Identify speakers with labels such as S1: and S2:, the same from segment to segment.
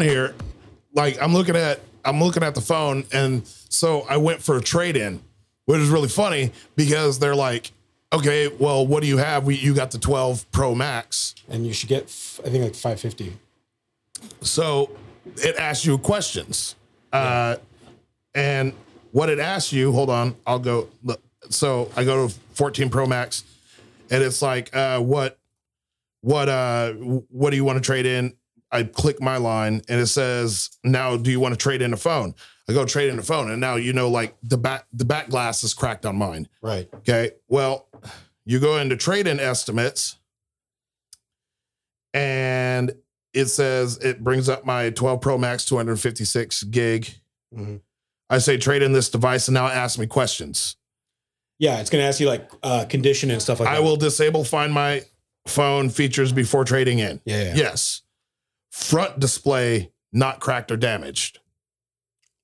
S1: here, like I'm looking at I'm looking at the phone, and so I went for a trade in, which is really funny because they're like, okay, well, what do you have? We you got the 12 Pro Max,
S2: and you should get f- I think like five fifty.
S1: so it asks you questions, uh, and what it asks you. Hold on, I'll go. look. So I go to 14 Pro Max, and it's like, uh, what, what, uh, what do you want to trade in? I click my line, and it says, now do you want to trade in a phone? I go trade in a phone, and now you know like the back the back glass is cracked on mine.
S2: Right.
S1: Okay. Well, you go into trade in estimates and it says it brings up my 12 Pro Max 256 gig.
S2: Mhm.
S1: I say trade in this device and now it asks me questions.
S2: Yeah, it's gonna ask you like uh, condition and stuff like that.
S1: I will disable find my phone features before trading in.
S2: Yeah. yeah.
S1: Yes. Front display not cracked or damaged.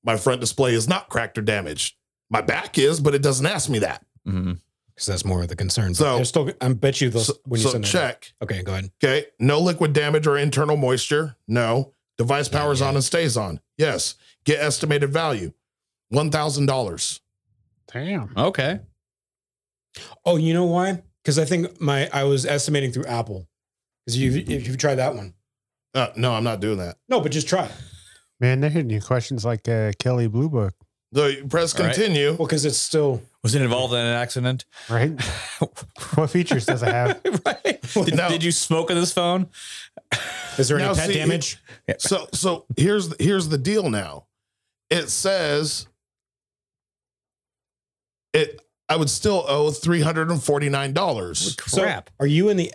S1: My front display is not cracked or damaged. My back is, but it doesn't ask me that.
S3: Mhm.
S2: Because that's more of the concern.
S1: So-
S2: So they're still. I bet you those
S1: So,
S2: when you
S1: so
S2: send that-
S1: check.
S2: Okay, go ahead.
S1: Okay. No liquid damage or internal moisture. No. Device powers on and stays on. Yes. Get estimated value. One thousand dollars.
S4: Damn.
S3: Okay.
S2: Oh, you know why? Because I think my I was estimating through Apple. Because you if you try that one.
S1: Uh, no, I'm not doing that.
S2: No, but just try it.
S4: Man, they're hitting you questions like uh, Kelly Blue Book,
S1: So you press
S3: All right.
S1: continue.
S2: Well, because it's still
S3: Was it involved in an accident?
S4: right? what features does it have?
S3: right. Did,
S1: No.
S3: did you smoke on this phone?
S2: is there any
S1: Now,
S2: pet
S1: see,
S2: damage?
S1: So so here's here's the deal now. It says it I would still owe three hundred and forty nine dollars.
S2: So are you in the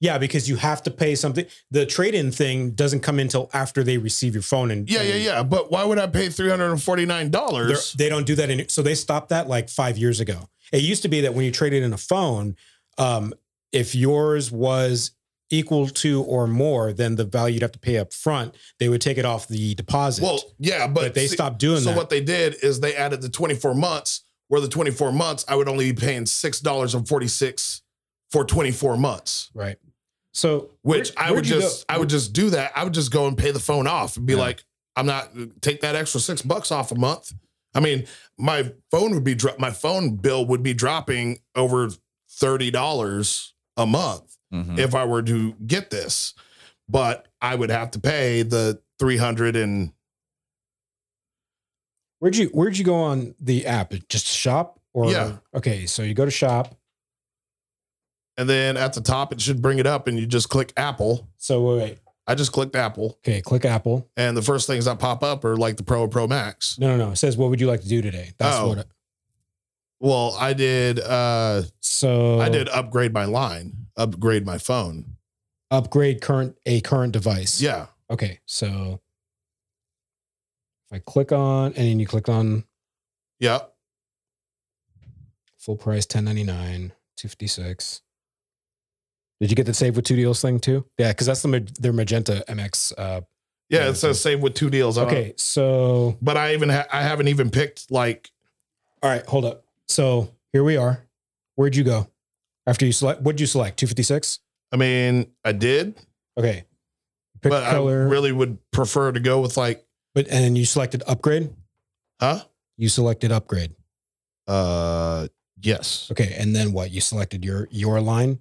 S2: yeah, because you have to pay something. The trade-in thing doesn't come in till after they receive your phone and
S1: Yeah, yeah, yeah. But why would I pay three hundred and forty nine
S2: They're-
S1: dollars?
S2: They don't do that any. So they stopped that like five years ago. It used to be that when you traded in a phone, um, if yours was equal to or more than the value you'd have to pay up front, they would take it off the deposit.
S1: Well, yeah, but,
S2: but, they
S1: see-
S2: stopped doing
S1: so
S2: that.
S1: what they did is they added the 24 months where the 24 months i would only be paying $6.46 for 24 months
S2: right. So
S1: which
S2: where-
S1: i would
S2: where'd you
S1: just
S2: go-
S1: i would just do that i would just go and pay the phone off and be
S3: Yeah.
S1: like i'm not take that extra six bucks off a month i mean my phone would be dro- my phone bill would be dropping over $30 a month
S2: Hmm.
S3: Mhm.
S1: if I were to get this, but I would have to pay the 300 and
S2: where'd you where'd you go on the app? Just shop or
S1: Yeah.
S2: okay, so you go to shop.
S1: and then at the top it should bring it up and you just click Apple.
S2: So wait, wait.
S1: I just clicked Apple
S2: okay, click Apple.
S1: and the first things that pop up are like the Pro and Pro Max.
S2: No, no, no. It says what would you like to do today? That's
S1: Oh.
S2: what. It,
S1: Well, I did uh
S2: so
S1: I did upgrade my line, upgrade my phone.
S2: upgrade current a current device.
S1: Yeah.
S2: Okay, so if I click on and then you click on
S1: Yeah.
S2: full price 1099 256. Did you get the save with two deals thing too? Yeah, because that's the ma- their magenta MX. Uh,
S1: Yeah, it says save with two deals. I don't-
S2: okay, so
S1: But I even ha- I haven't even picked like
S2: all right, hold up. So here we are. Where'd you go after you select? What'd you select? 256.
S1: I mean, I did,
S2: Okay, pick
S1: but
S2: color,
S1: I really would prefer to go with like,
S2: but and then you selected upgrade.
S1: huh?
S2: You selected upgrade.
S1: Uh yes.
S2: Okay, and then what? You selected your your line.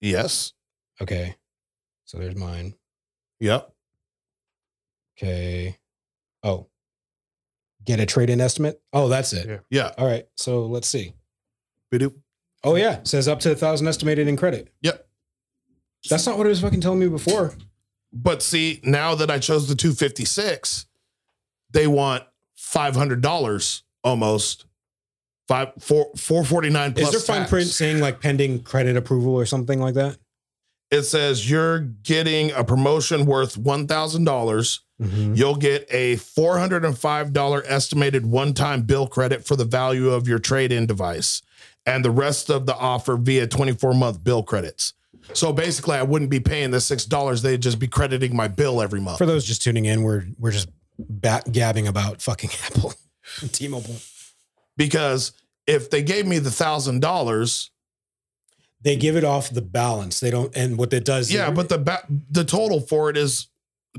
S1: Yes.
S2: Okay, so there's mine.
S1: Yep.
S2: Okay. Oh, get a trade in estimate. Oh, that's it.
S4: Yeah.
S1: Yeah.
S2: All right. So let's see.
S1: Bidoop.
S2: Oh yeah, it says up to a thousand estimated in credit.
S1: Yep.
S2: That's not what it was fucking telling me before.
S1: But see, now that I chose the 256, they want $500 almost. Five four four forty nine plus.
S2: Is there fine
S1: tax.
S2: print saying like pending credit approval or something like that?
S1: It says you're getting a promotion worth one thousand dollars.
S2: Mm-hmm.
S1: You'll get a four hundred and five dollar estimated one time bill credit for the value of your trade in device, and the rest of the offer via twenty four month bill credits. So basically, I wouldn't be paying the six dollars; they'd just be crediting my bill every month.
S2: For those just tuning in, we're we're just bat gabbing about fucking Apple, and T-Mobile.
S1: because if they gave me the thousand dollars,
S2: They give it off the balance. They don't, and what it does,
S1: yeah, but the ba- the total for it is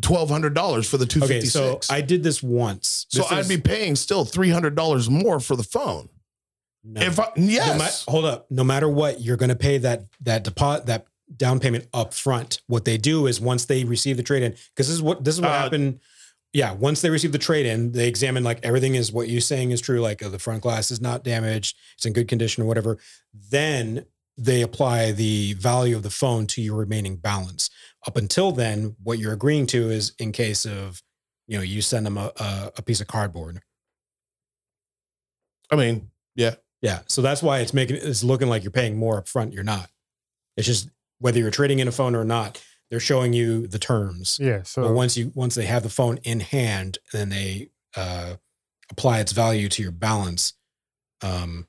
S1: twelve hundred dollars for the two
S2: Okay,
S1: fifty
S2: so
S1: six.
S2: I did this once.
S1: So
S2: This
S1: I'd
S2: is-
S1: be paying still three hundred dollars more for the phone.
S2: no.
S1: If I,
S2: No
S1: yes,
S2: ma- hold up. No matter what, you're going to pay that that deposit that down payment up front. What they do is once they receive the trade in, because this is what this is what
S1: Uh,
S2: happened. Yeah, once they receive the trade in, they examine like everything is what you're saying is true. Like uh, the front glass is not damaged, it's in good condition or whatever. Then they apply the value of the phone to your remaining balance. Up until then, what you're agreeing to is in case of, you know, you send them a, a, a piece of cardboard
S1: I mean
S2: yeah. So that's why it's making it's looking like you're paying more up front. You're not. It's just whether you're trading in a phone or not, they're showing you the terms.
S4: Yeah. So
S2: but once you once they have the phone in hand, then they uh, apply its value to your balance. Um,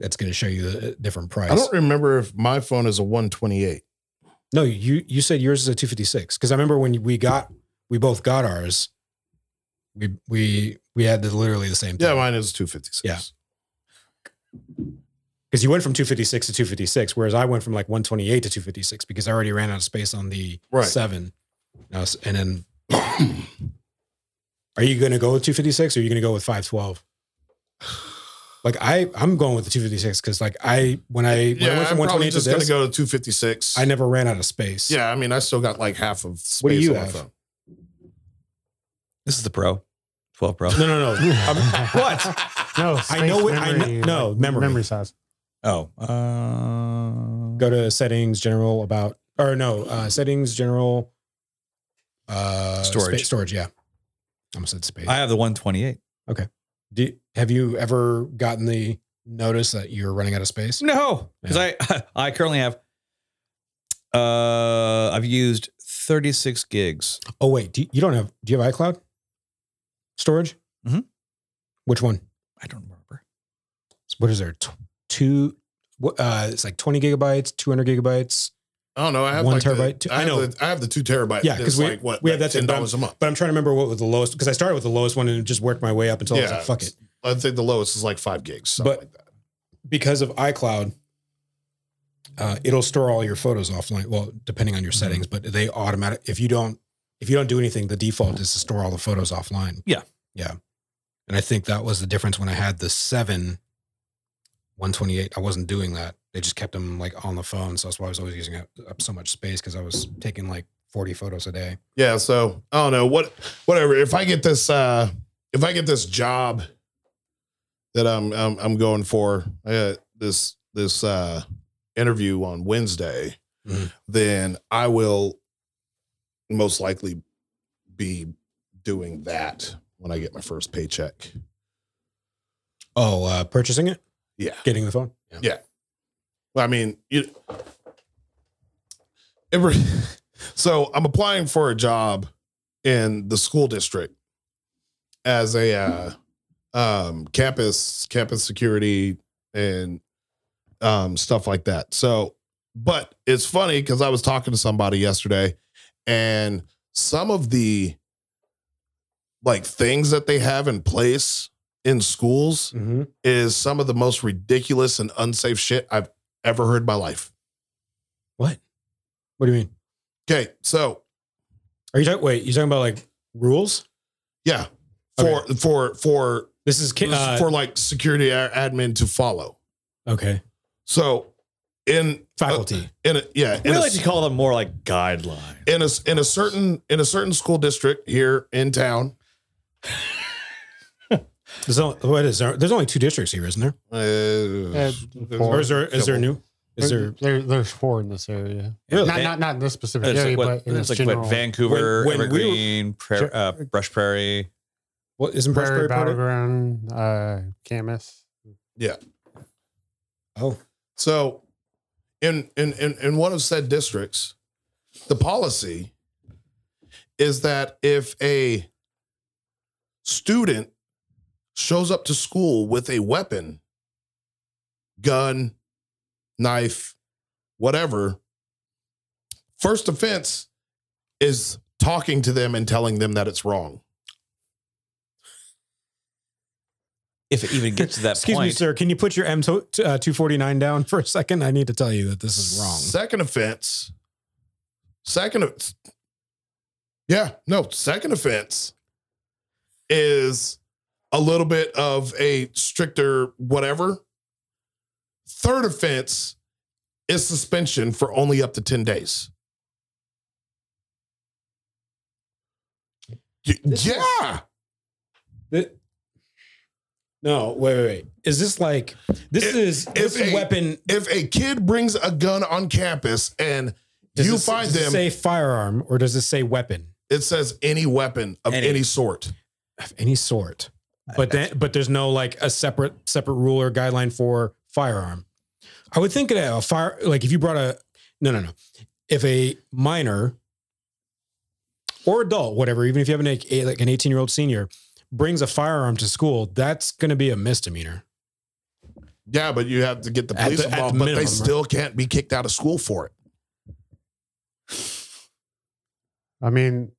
S2: that's going to show you the uh, different price.
S1: I don't remember if my phone is a one twenty eight.
S2: no, you you said yours is a two fifty six because I remember when we got we both got ours. We we we had the, literally the same.
S1: Yeah,
S2: thing.
S1: mine is two fifty six.
S2: Yeah. because you went from 256 to 256 whereas i went from like 128 to 256 because i already ran out of space on the
S1: Right.
S2: seven And I was- and then are you going to go with 256 or are you going to go with 512 like i i'm going with the 256 because like i when i when i
S1: Yeah,
S2: went from
S1: I'm probably
S2: 128 to
S1: just gonna
S2: this
S1: go to two fifty six.
S2: i never ran out of space
S1: Yeah, I mean, I still got like half of space
S2: What do you
S1: on my
S2: have?
S1: phone.
S3: This is the Pro, 12 Pro.
S2: no no no I'm- what
S4: no,
S2: I know
S4: space
S2: it- I kn- no, memory.
S4: memory size.
S3: Oh, uh,
S2: go to settings general about or no uh settings general uh
S3: Storage.
S2: spa- storage yeah i almost said space
S3: I have the 128.
S2: Do, have you ever gotten the notice that you're running out of space?
S3: No, because I I currently have. Uh, I've used 36 gigs.
S2: Oh wait, do you, you don't have? Do you have iCloud storage?
S3: Mhm.
S2: Which one?
S3: I don't remember.
S2: What is there? Tw- Two? What, uh, it's like 20 gigabytes, 200 gigabytes.
S1: I don't know. I have
S2: One
S1: like the-
S2: terabyte, two-
S1: I,
S2: I
S1: have
S2: know.
S1: The, I have the two terabyte.
S2: Yeah, 'cause
S1: because
S2: we-
S1: like, what
S2: we have
S1: like
S2: that
S1: ten
S2: thing, but I'm-
S1: dollars a month.
S2: But I'm trying to remember what was the lowest because I started with the lowest one and just worked my way up until I was
S1: Yeah.
S2: like, fuck it.
S1: I think the lowest is like five gigs, something
S2: But-
S1: like that.
S2: Because of iCloud, uh, it'll store all your photos offline. Well, depending on your settings, but they automatic. If you don't, if you don't do anything, the default is to store all the photos offline.
S3: Yeah.
S2: yeah. And I think that was the difference when I had the seven, one twenty eight. I wasn't doing that. They just kept them like on the phone, so that's why I was always using up, up so much space because I was taking like forty photos a day.
S1: Yeah, so I don't know what, whatever. If I get this, uh if I get this job that I'm I'm, I'm going for, I got this this uh interview on Wednesday,
S2: Mhm.
S1: then I will most likely be doing that when I get my first paycheck.
S2: Oh, uh, purchasing it,
S1: Yeah.
S2: getting the phone. Yeah.
S1: Well, I mean, you, every, so I'm applying for a job in the school district as a uh, um, campus campus security and um, stuff like that. So, but it's funny because I was talking to somebody yesterday, and some of the like things that they have in place in schools
S2: Mm-hmm.
S1: is some of the most ridiculous and unsafe shit I've ever heard in my life.
S2: What do you mean?
S1: Okay, so
S2: Are you talking? Wait, you talking about like rules?
S1: yeah, for for for
S2: This is ki- uh,
S1: for like security a- admin to follow.
S2: okay.
S1: So in
S2: Faculty.
S1: in a, yeah
S3: We
S1: in a,
S3: like to call them more like guidelines.
S1: in a in a certain in a certain school district here in town.
S2: There's only, what is there? There's only two districts here, isn't there?
S1: Uh,
S4: Uh,
S2: Or
S4: four.
S2: is there is there new? Is there
S4: there? There's four in this area.
S3: Really?
S4: Not not not in this specific
S3: It's
S4: area,
S3: like, what,
S4: but in
S3: it's
S4: this
S3: like
S4: general.
S3: what Vancouver,
S2: When- when we were-
S3: Evergreen, Pra- uh, Brush Prairie.
S2: what isn't Brush
S4: Prairie
S2: Prairie part of it?
S4: Battleground, uh, Camas.
S2: Oh,
S1: So, in in in in one of said districts, the policy is that if a student shows up to school with a weapon, gun, knife, whatever, first offense is talking to them and telling them that it's wrong.
S3: If it even gets to that
S2: excuse
S3: point.
S2: me, sir. Can you put your M to, uh, two forty nine down for a second? I need to tell you that this is wrong.
S1: Second offense. Second, Yeah, no, second offense is a little bit of a stricter whatever. Third offense is suspension for only up to 10 days. Y-
S2: This is-
S1: yeah.
S2: Th- no, wait, wait, wait. Is this like this
S1: It-
S2: is this
S1: it's
S2: is
S1: a-
S2: weapon?
S1: if a kid brings a gun on campus and
S2: does
S1: you
S2: it-
S1: find
S2: does it
S1: them,
S2: say firearm or does it say weapon
S1: it says any weapon of
S3: Any.
S1: any sort.
S2: of any sort? But then, but there's no like a separate separate rule or guideline for firearm. I would think that a fire like if you brought a no no no if a minor or adult whatever even if you have an a- like an 18 year old senior brings a firearm to school that's going to be a misdemeanor.
S1: Yeah, but you have to get the
S2: At
S1: police
S2: the- at the
S1: involved, but
S2: minimum,
S1: they
S2: right?
S1: still can't be kicked out of school for it.
S4: I mean,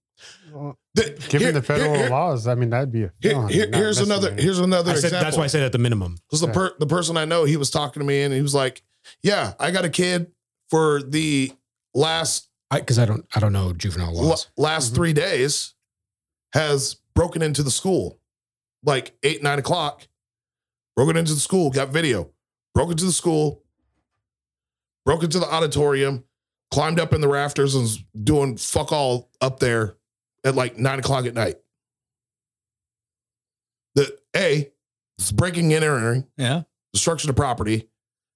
S4: well,
S1: The-
S4: given
S1: here-
S4: the federal
S1: here- here-
S4: laws, I mean, that'd be a
S1: here-
S4: felony,
S1: here-
S4: not
S1: here's another.
S4: misdemeanor.
S1: Here's another
S2: I said,
S1: example.
S2: that's why I said at the minimum.
S1: Because the per- the person I know, he was talking to me and he was like, "Yeah, I got a kid for the last
S2: because I, don't I don't know juvenile
S1: la-
S2: laws.
S1: last
S4: Mhm.
S1: three days has broken into the school like eight nine o'clock broken into the school got video broke into the school broke into the auditorium climbed up in the rafters and was doing fuck all up there at like nine o'clock at night the a it's breaking and entering
S3: Yeah.
S1: destruction of property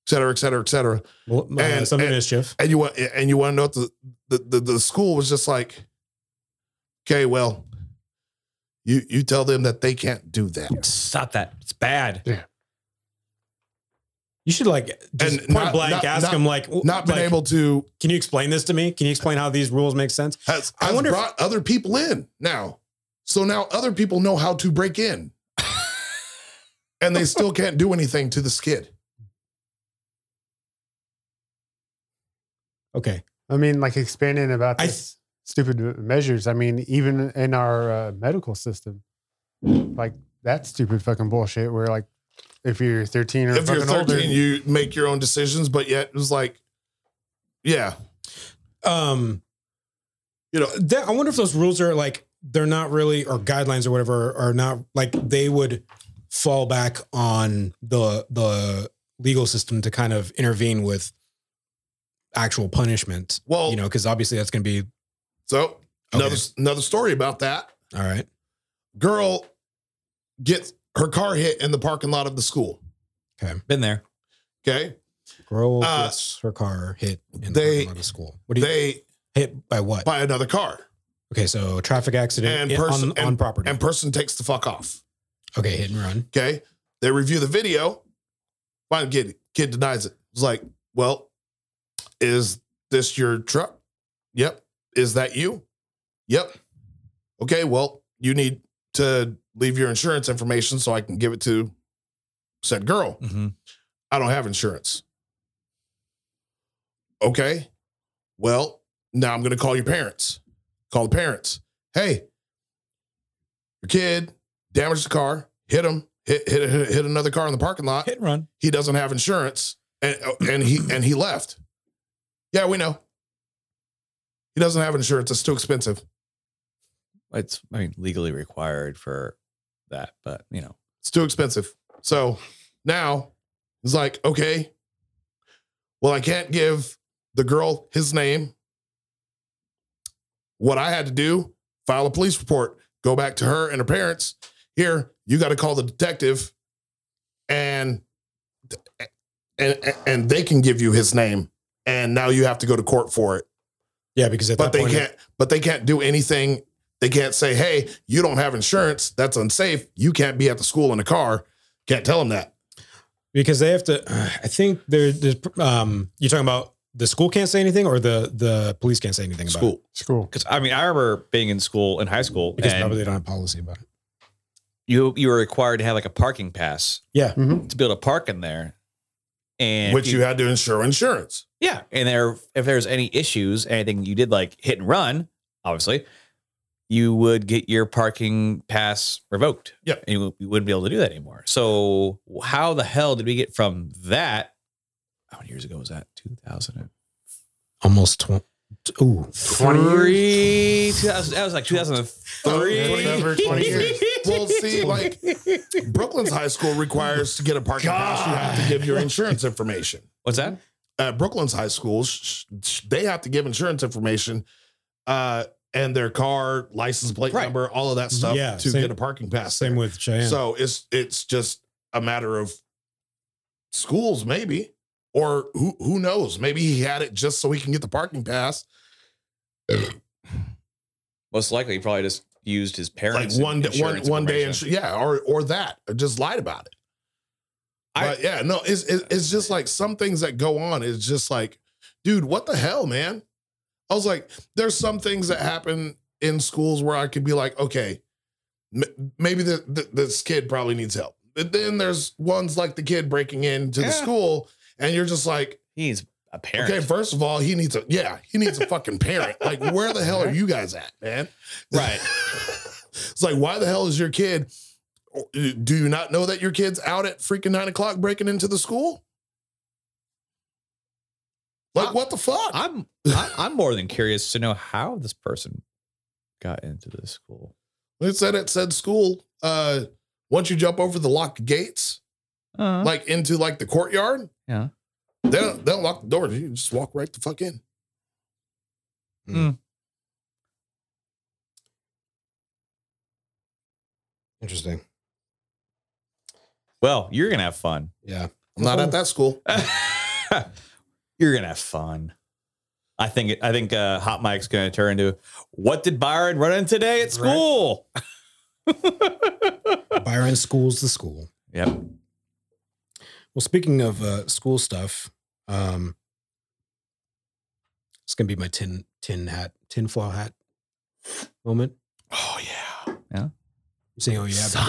S1: et cetera et cetera et cetera
S2: Well, uh,
S1: and-
S2: some
S1: and-
S2: mischief.
S1: and you want and you want to know if the, the the the school was just like, okay, well, you you tell them that they can't do that.
S3: Stop that. It's bad.
S2: You should like just
S1: And
S2: point
S1: not-
S2: blank
S1: not-
S2: ask
S1: not-
S2: him like,
S1: Not been
S2: like,
S1: able to
S2: Can you explain this to me? Can you explain how these rules make sense?
S1: has,
S2: I
S1: has
S2: wonder if-
S1: brought other people in now, so now other people know how to break in, and they still can't do anything to this kid.
S2: Okay,
S4: I mean, like expanding about
S2: I
S4: this stupid measures. I mean, even in our uh, medical system, like that stupid fucking bullshit. Where like, if you're 13 or
S1: If you're
S4: fucking
S1: 13,
S4: older,
S1: you make your own decisions, but yet it was like, yeah,
S2: um,
S1: you know,
S2: that, I wonder if those rules are like they're not really or guidelines or whatever are not like they would fall back on the the legal system to kind of intervene with actual punishment.
S1: well,
S2: you know, because obviously that's going to be
S1: so another
S2: Okay.
S1: another story about that.
S2: all right.
S1: girl gets her car hit in the parking lot of the school.
S3: Been there.
S1: Okay.
S2: Girl
S1: Uh,
S2: gets her car hit in
S1: they-
S2: the parking lot of school. What do you
S1: They
S2: hit by what?
S1: buy another car
S2: Okay, so traffic accident
S1: And
S2: in-
S1: person-
S2: on, on property.
S1: and person takes the fuck off.
S2: okay, hit and run.
S1: Okay. They review the video. Fine kid, kid denies it. It's like, well, is this your truck? Yep. Is that you? Yep. Okay, well, you need to leave your insurance information so I can give it to said girl.
S3: Mm-hmm.
S1: I don't have insurance. Okay. Well, now I'm going to call your parents. Call the parents. Hey, your kid damaged the car, hit him, hit, hit, hit, hit another car in the parking lot.
S3: Hit and run.
S1: He doesn't have insurance and, oh, and he, and he left. Yeah, we know. He doesn't have insurance. It's too expensive.
S3: It's I mean legally required for that, but you know.
S1: It's too expensive. So now it's like, okay, well, I can't give the girl his name. What I had to do, file a police report, go back to her and her parents. Here, you got to call the detective and and and they can give you his name. And now you have to go to court for it.
S2: Yeah, because at
S1: But
S2: that
S1: they
S2: point,
S1: can't but they can't do anything. They can't say, "Hey, you don't have insurance. That's unsafe. You can't be at the school in a car." Can't tell them that.
S2: because they have to. I think there, there's. Um, you're talking about the school can't say anything, or the the police can't say anything about it?
S1: School.
S4: school.
S3: Because I mean, I remember being in school in high school
S2: because
S3: and
S2: probably they don't have policy about it.
S3: you you were required to have like a parking pass
S4: Mhm.
S3: to be able to park in there. And
S1: which
S3: if
S1: you had to insure insurance.
S3: yeah, and there if there's any issues, anything you did like hit and run, obviously, you would get your parking pass revoked.
S1: Yep.
S3: and you, you wouldn't be able to do that anymore. So how the hell did we get from that? How many years ago was that? Two thousand.
S2: Almost tw- Ooh.
S3: Three, 2000, that was like 2003.
S4: Over 20 years.
S1: Well, see, like Brooklyn's high school requires to get a parking pass, you have to give your insurance information.
S3: What's that?
S1: At Brooklyn's high schools, sh- sh- they have to give insurance information uh, and their car, license plate
S3: Right.
S1: number, all of that stuff
S2: Yeah,
S1: to
S2: same-
S1: get a parking pass.
S2: Same with Cheyenne.
S1: So it's it's just a matter of schools, maybe, or who who knows? Maybe he had it just so he can get the parking pass.
S3: Most likely, he probably just used his
S1: Like
S3: parents.
S1: one day, one
S3: insurance
S1: one day,
S3: information.
S1: insu- yeah, or or that, or just lied about it.
S3: I-
S1: but yeah, no, it's it's it's just like some things that go on. It's just like, dude, what the hell, man? I was like, there's some things that happen in schools where I could be like, okay, m- maybe the, the, this kid probably needs help. But then there's ones like the kid breaking into the
S3: Yeah.
S1: school, and you're just like,
S3: He's a parent.
S1: okay, first of all, he needs a yeah, he needs a fucking parent. Like, where the hell are you guys at, man?
S3: Right.
S1: it's like, why the hell is your kid? Do you not know that your kid's out at freaking nine o'clock breaking into the school? Like, what the fuck?
S3: I'm I, I'm more than curious to know how this person got into this school.
S1: It said it said school. Uh, once you jump over the locked gates,
S3: Uh,
S1: like into like the courtyard,
S3: Yeah.
S1: they don't, they don't lock the doors. You just walk right the fuck in.
S2: Interesting.
S3: well, you're gonna have fun.
S2: Yeah.
S1: I'm not
S3: Oh.
S1: at that school.
S3: you're gonna have fun. I think I think uh, Hot Mike's gonna turn into what did Byron run in today at school?
S2: Byron School's the school.
S3: Yep.
S2: Well, speaking of uh, school stuff, um, it's gonna be my tin tin hat, tin foil hat moment.
S1: Oh yeah,
S2: You saying, "Oh yeah, but-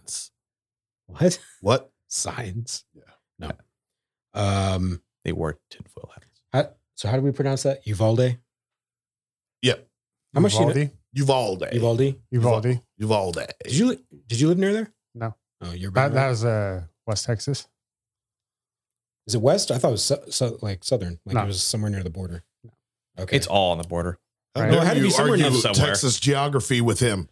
S1: signs.
S2: what
S1: What?
S2: signs?"
S1: Yeah.
S2: No. Um.
S3: They wore tinfoil hats.
S2: how- so how do we pronounce that? Uvalde.
S1: Yep.
S2: How much do you know-
S4: Uvalde?
S1: Uvalde.
S2: Uvalde.
S4: Uvalde.
S1: Uvalde.
S2: Did you li- did you live near there?
S4: No.
S2: Oh, you're
S4: That,
S2: about
S4: that
S2: right.
S4: was uh, West Texas.
S2: Is it west? I thought it was so, so, like southern. Like
S4: No.
S2: it was somewhere near the border. Okay.
S3: It's all on the border.
S1: How
S4: Right.
S1: dare
S2: No, it had to be
S1: you
S2: somewhere near
S1: argue
S3: somewhere.
S1: Texas geography with him.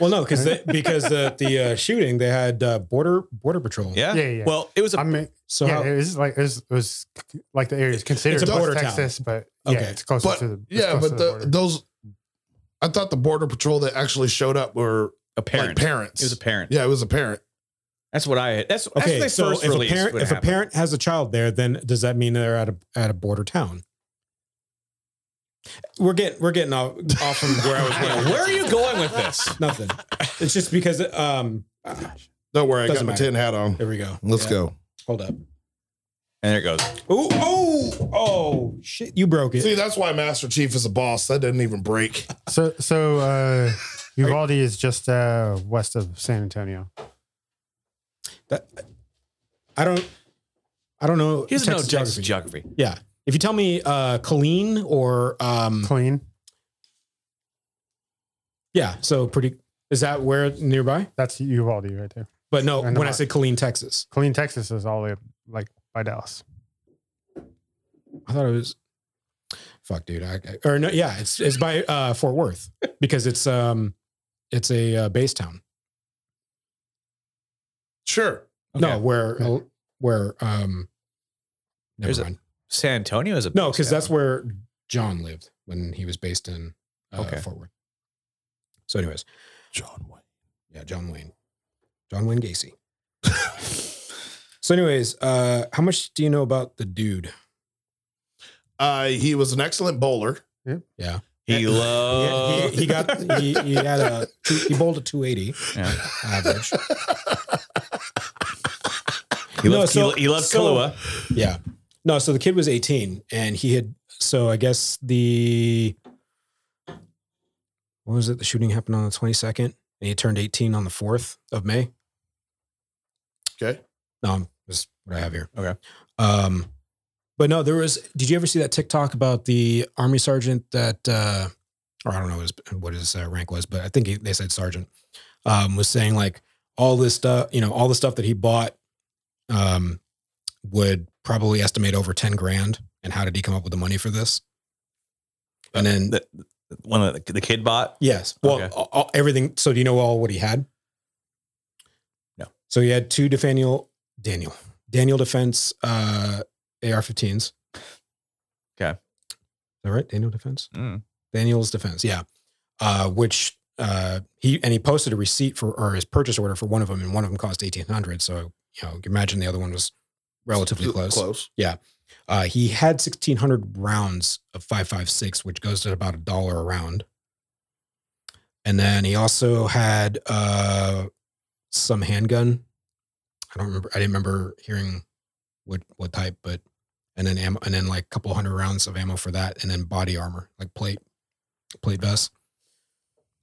S2: well, no, because because uh, the uh, shooting they had uh, border border patrol.
S3: Yeah.
S4: Yeah, yeah.
S3: Well, it was a
S4: I mean,
S2: So
S4: yeah,
S2: how-
S4: it was like it was, it was like the area is considered
S2: it's a border
S4: West
S2: town.
S4: Texas, but yeah,
S2: Okay.
S4: it's closer
S1: But-
S4: to the it's
S1: Yeah,
S4: closer
S1: but
S4: to
S1: the,
S4: border.
S1: those. I thought the border patrol that actually showed up were
S3: a parent.
S1: like parents.
S3: It was a parent.
S1: yeah, it was a parent.
S3: That's what I. That's that's what
S2: Okay,
S3: they
S2: so
S3: first
S2: if a
S3: released
S2: parent
S3: what
S2: if a
S3: happened.
S2: parent has a child there, then does that mean they're at a at a border town? We're getting we're getting off off from where I was
S3: Wait,
S2: going.
S3: where are you going with this?
S2: Nothing. It's just because um
S1: Don't worry, I
S2: Doesn't
S1: got my
S2: matter.
S1: tin hat on.
S2: there we go.
S1: Let's
S2: Yeah,
S1: go.
S2: Hold up.
S3: And there it goes.
S2: Oh oh oh shit, you broke it.
S1: See, that's why Master Chief is a boss. That didn't even break.
S4: so so uh, Uvalde is just uh, west of San Antonio.
S2: That- I don't I don't know.
S3: He doesn't know Texas
S2: geography.
S3: geography.
S2: Yeah. If you tell me uh Colleen or um
S4: Clean.
S2: yeah, so pretty is that where nearby?
S4: That's Uvalde right there.
S2: But no,
S4: And
S2: when I
S4: Vermont.
S2: said Colleen, Texas,
S4: Clean, Texas is all the way up, like by Dallas.
S2: I thought it was. Fuck, dude. I, I- or no, yeah, it's it's by uh, Fort Worth because it's um, it's a uh, base town.
S1: Sure.
S2: No, where where um, never
S3: There's a-
S2: mind.
S3: San Antonio is a
S2: no, because that's where John lived when he was based in uh,
S3: Okay.
S2: Fort Worth. So, anyways,
S1: John Wayne.
S2: yeah, John Wayne, John Wayne Gacy. so, anyways, uh, how much do you know about the dude?
S1: Uh, he was an excellent bowler.
S3: he
S2: Yeah,
S3: loves.
S2: he, he got he, he had a he bowled a two eighty
S3: Yeah.
S2: average.
S3: He
S2: No,
S3: loves.
S2: so-
S3: he, he loves
S2: so-
S3: Kahlua.
S2: Yeah. No, so the kid was 18 and he had so I guess the what was it? The shooting happened on the 22nd and he turned 18 on the 4th of May.
S1: Okay.
S2: No, this is what I have here.
S3: Okay.
S2: Um but no, there was did you ever see that TikTok about the army sergeant that uh or I don't know his, what his uh, rank was, but I think he, they said sergeant um was saying like all this stuff, you know, all the stuff that he bought um would probably estimate over 10 grand and how did he come up with the money for this and then
S3: the one that the kid bought.
S2: Yes. Well,
S3: Okay.
S2: all- all- everything. So do you know all what he had?
S3: No.
S2: So he had two Defaniel, Daniel, Daniel Defense uh, AR-15s.
S3: Okay.
S2: Is that right? Daniel Defense.
S3: Mm.
S2: Daniel's Defense. Yeah. Uh, which uh, he and he posted a receipt for or his purchase order for one of them, and one of them cost eighteen hundred. So you know, you can imagine the other one was relatively close.
S1: Close.
S2: Uh, he had sixteen hundred rounds of five five six, which goes to about a dollar a round. And then he also had uh, some handgun. I don't remember. I didn't remember hearing what what type, but and then ammo, and then like a couple hundred rounds of ammo for that, and then body armor like plate plate vest.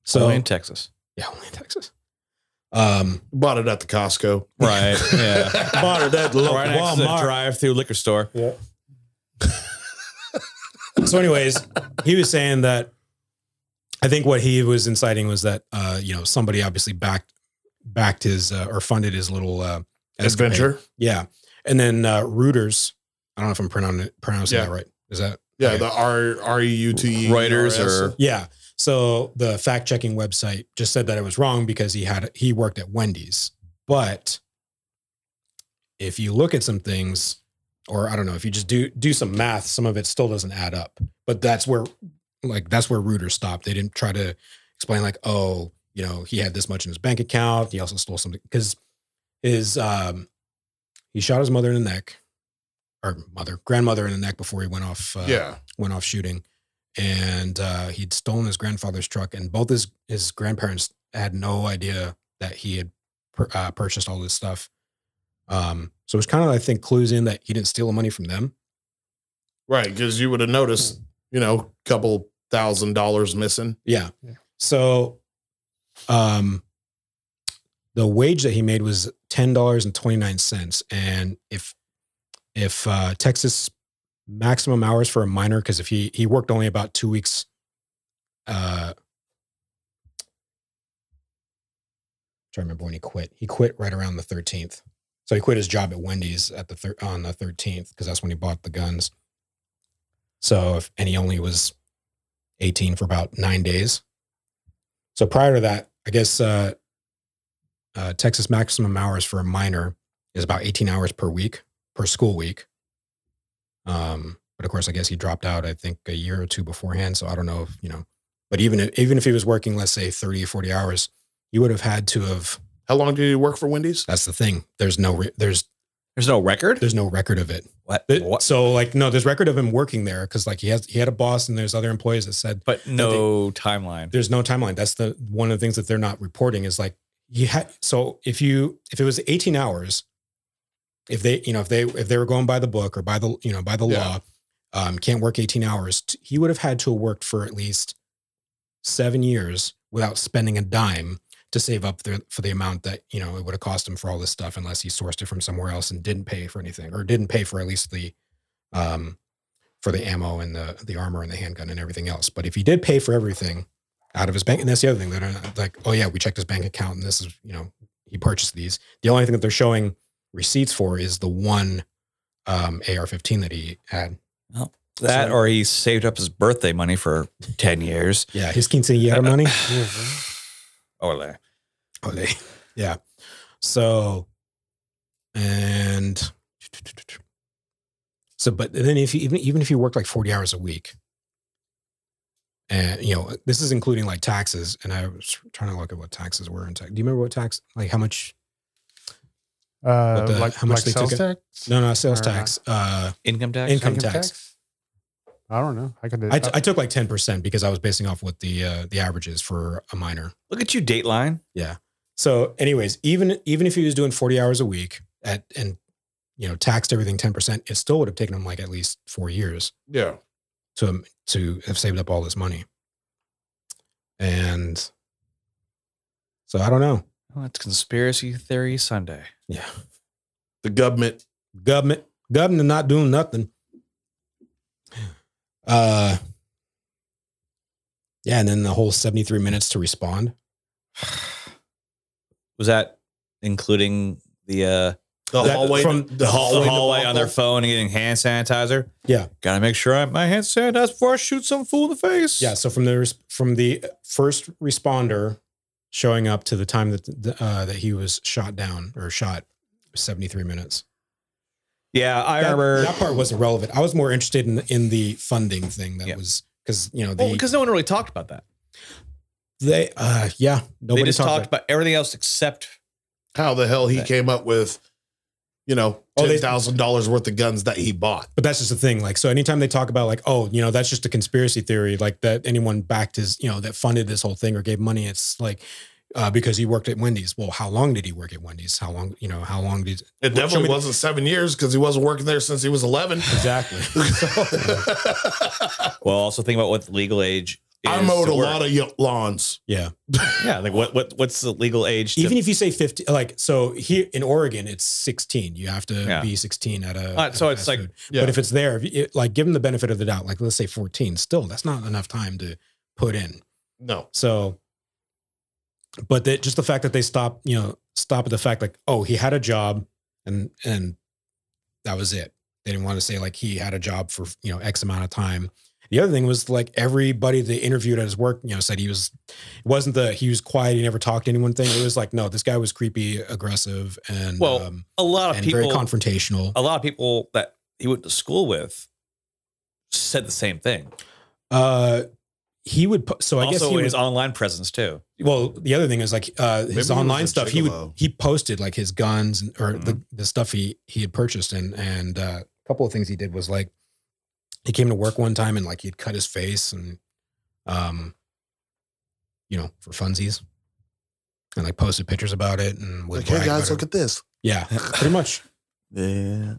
S2: So
S3: Only in Texas,
S2: yeah, only in Texas. Um,
S1: Bought it at the Costco.
S3: right? Yeah,
S1: Bought it at
S3: right next to the
S2: Walmart.
S3: drive-through liquor store.
S2: so anyways he was saying that i think what he was inciting was that uh you know somebody obviously backed backed his uh, or funded his little uh escapade.
S1: Adventure.
S2: yeah and then uh reuters i don't know if i'm pronouncing pronouncing
S1: Yeah.
S2: that right is that
S1: Yeah,
S2: Okay.
S1: the R R E U T E
S3: Reuters
S1: R S.
S3: or
S2: yeah so the fact checking website just said that it was wrong because he had he worked at wendy's but if you look at some things or i don't know if you just do do some math some of it still doesn't add up but that's where like that's where reuters stopped they didn't try to explain like oh you know he had this much in his bank account he also stole something because his um he shot his mother in the neck or mother grandmother in the neck before he went off uh,
S1: Yeah.
S2: went off shooting and uh, he'd stolen his grandfather's truck and both his, his grandparents had no idea that he had pur- uh, purchased all this stuff um, so it was kind of i think clues in that he didn't steal the money from them
S1: Right, because you would have noticed, you know, couple thousand dollars missing.
S2: yeah,
S4: Yeah.
S2: so um, the wage that he made was $10.29 and if if uh, texas maximum hours for a minor because if he he worked only about two weeks uh trying to remember when he quit he quit right around the 13th so he quit his job at wendy's at the thir- on the 13th because that's when he bought the guns so if and he only was 18 for about nine days so prior to that i guess uh, uh texas maximum hours for a minor is about 18 hours per week per school week um, but of course, I guess he dropped out, I think a year or two beforehand. So I don't know if, you know, but even if, even if he was working, let's say 30 or 40 hours, you would have had to have,
S1: How long did you work for Wendy's?
S2: that's the thing. There's no, re- there's,
S3: There's no record.
S2: there's no record of it.
S3: What?
S2: Th-
S3: what?
S2: So like, no, there's record of him working there. Cause like he has, he had a boss and there's other employees that said,
S3: But no timeline.
S2: there's no timeline. That's the, one of the things that they're not reporting is like, you had, so if you, if it was 18 hours, if they, you know, if they, if they were going by the book or by the, you know, by the
S1: Yeah.
S2: law, um, can't work 18 hours, t- he would have had to have worked for at least seven years without spending a dime to save up the, for the amount that, you know, it would have cost him for all this stuff unless he sourced it from somewhere else and didn't pay for anything or didn't pay for at least the, um, for the ammo and the, the armor and the handgun and everything else. But if he did pay for everything out of his bank, and that's the other thing, they're not like, oh yeah, we checked his bank account and this is, you know, he purchased these. The only thing that they're showing receipts for is the one um, AR-15 that he had.
S3: That or he saved up his birthday money for ten years. Uh, Oh,
S2: Yeah, his quinceañera money.
S3: Ole.
S2: Ole. Yeah. So, and so, but then if you even even if you work like forty hours a week, and you know this is including like taxes, and I was trying to look at what taxes were in tax. Do you remember what tax? Like how much?
S4: Uh,
S2: What the-
S4: like
S2: how much
S4: like
S2: they
S4: sales
S2: took
S4: tax?
S2: No, no, sales
S4: Or not.
S2: tax. Uh,
S3: Income tax.
S2: Income
S4: Income
S2: tax.
S4: I don't know. I could.
S2: I, t- I took like ten percent because I was basing off what the uh, the average is for a minor.
S3: Look at you, Dateline.
S2: So, anyways, even even if he was doing forty hours a week at and you know taxed everything ten percent, it still would have taken him like at least four years
S1: Yeah.
S2: to um, to have saved up all this money. And so I don't know.
S3: Well, it's Oh, conspiracy theory Sunday.
S2: Yeah,
S1: The government.
S2: government government not doing nothing. Uh, yeah, and then the whole seventy three minutes to respond.
S3: Was that including the uh The
S2: That-
S3: hallway,
S2: from
S3: the hallway,
S2: hallway to
S3: on their phone and getting hand sanitizer.
S2: Yeah.
S3: Gotta make sure I have my hand sanitizer before I shoot some fool in the face.
S2: Yeah. So from the res- from the first responder showing up to the time that the, uh, that he was shot down or shot, seventy three minutes.
S3: Yeah, I
S2: That,
S3: remember.
S2: that part wasn't relevant. I was more interested in in the funding thing that
S3: Yeah.
S2: was because you know the
S3: Well, because no one really talked about that.
S2: they uh yeah nobody
S3: they just
S2: talked
S3: talked
S2: about
S3: about everything else except
S1: How the hell he
S3: Right.
S1: came up with, you know,
S2: Oh, they-
S1: ten thousand dollars worth of guns that he bought?
S2: But that's just the thing. Like, so anytime they talk about like, oh, you know, that's just a conspiracy theory, like that anyone backed his, you know, that funded this whole thing or gave money, it's like, uh, because he worked at Wendy's. Well, how long did he work at Wendy's? How long, you know, how long
S1: It
S2: did Well, show me
S1: definitely
S2: the-
S1: wasn't seven years because he wasn't working there since he was eleven.
S2: exactly?
S3: well, also think about what the legal age. Is
S1: I mowed
S3: to
S1: a
S3: work.
S1: lot of y- lawns.
S2: yeah.
S3: yeah. Like what what what's the legal age? To,
S2: Even if you say 50, like, so here in Oregon, it's 16. You have to
S3: Yeah.
S2: be 16 at a.
S3: Uh,
S2: at a
S3: so
S2: fast
S3: it's like-
S2: food.
S1: Yeah.
S2: but if it's there, if you, it- like, give them the benefit of the doubt, like, let's say 14, still, that's not enough time to put in.
S1: No,
S2: So, but that just the fact that they stop, you know, stop at the fact like, oh, he had a job, and and that was it. They didn't want to say like he had a job for you know X amount of time. The other thing was like everybody they interviewed at his work, you know, said he was, it wasn't the he was quiet, he never talked to anyone thing. It was like no, this guy was creepy, aggressive, and
S3: Well,
S2: um,
S3: a lot of
S2: and very
S3: people,
S2: confrontational.
S3: a lot of people that he went to school with said the same thing.
S2: Uh, he would po- so I guess
S3: also,
S2: he
S3: in
S2: was
S3: his online presence too.
S2: well the other thing is like uh
S1: Maybe
S2: his
S1: he was
S2: online
S1: a
S2: stuff he would
S1: gigolo.
S2: he posted like his guns and, or the,
S1: Mm-hmm.
S2: the stuff he he had purchased and and uh, a couple of things he did was like he came to work one time and like he'd cut his face and um you know for funsies and like posted pictures about it and would
S1: like, hey
S2: brag
S1: guys,
S2: about
S1: look
S2: it.
S1: at this.
S2: yeah pretty much
S3: Yeah.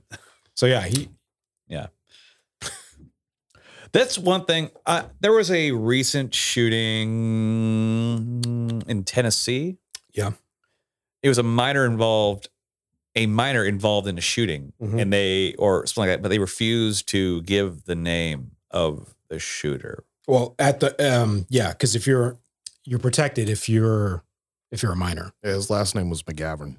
S2: so yeah he
S3: That's one thing. Uh, there was a recent shooting in Tennessee.
S2: Yeah.
S3: It was a minor involved, a minor involved in a shooting,
S2: Mhm.
S3: and they or something like that. But they refused to give the name of the shooter.
S2: well at the um yeah because if you're you're protected if you're if you're a minor
S1: Yeah, his last name was McGavern.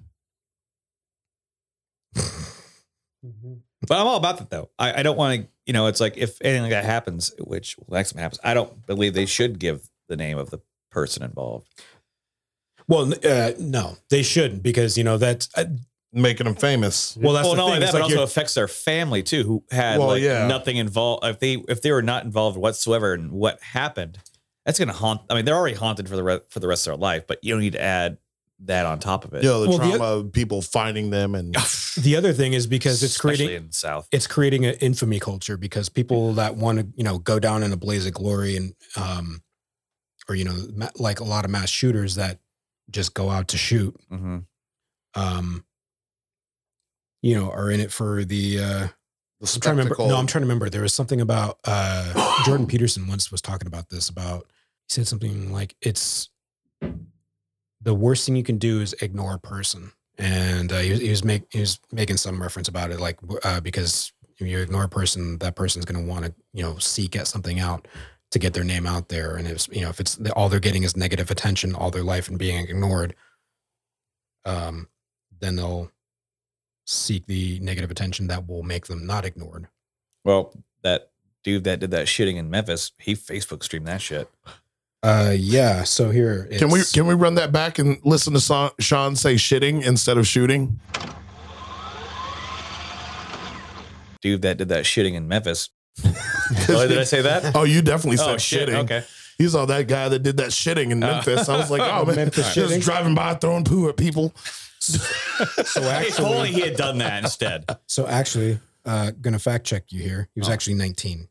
S3: But I'm all about that though. I, I don't want to. You know, it's like if anything like that happens, which well, next time happens, I don't believe they should give the name of the person involved.
S2: well uh, no they shouldn't because you know that's uh,
S1: Making him famous.
S2: well that's
S3: well,
S2: the
S3: not
S2: thing
S3: only that,
S2: it's
S3: but
S2: like you're-
S3: also affects their family too, who had
S1: Well,
S3: like
S1: yeah.
S3: nothing involved. If they if they were not involved whatsoever in what happened, that's going to haunt. I mean, they're already haunted for the re- for the rest of their life, but you don't need to add that on top of it.
S1: You know, the Oh,
S2: Well, the
S1: trauma of people finding them and
S2: The other thing is because it's
S3: Especially
S2: creating
S3: in the South.
S2: it's creating an infamy culture because people that want to you know go down in a blaze of glory and um or you know ma- like a lot of mass shooters that just go out to shoot
S3: Mm-hmm.
S2: um you know are in it for the uh
S1: the
S2: I'm trying to remember
S1: spectacle.
S2: no I'm trying to remember there was something about uh Jordan Peterson once was talking about this about he said something like it's the worst thing you can do is ignore a person and uh, he, was- he was make he was making some reference about it like uh, because if you ignore a person that person's going to want to you know seek at something out to get their name out there and if you know if it's all they're getting is negative attention all their life and being ignored um then they'll seek the negative attention that will make them not ignored
S3: Well, that dude that did that shooting in Memphis, he Facebook streamed that shit.
S2: uh yeah so here
S1: Can we
S2: it's-
S1: can we run that back and listen to Sa- Sean say shitting instead of shooting?
S3: Dude that did that shooting in Memphis. oh, did I say that?
S1: Oh, you definitely said
S3: oh shit!
S1: shitting.
S3: Okay.
S1: You saw that guy that did that shitting in
S3: Uh.
S1: Memphis. I was like, oh man,
S2: Memphis
S1: just
S2: shitting?
S1: driving by throwing poo at people.
S2: so
S3: If
S2: Oh, actually
S3: only he had done that instead.
S1: oh.
S2: So actually, uh, gonna fact check you here. He was
S3: Oh.
S2: actually 19.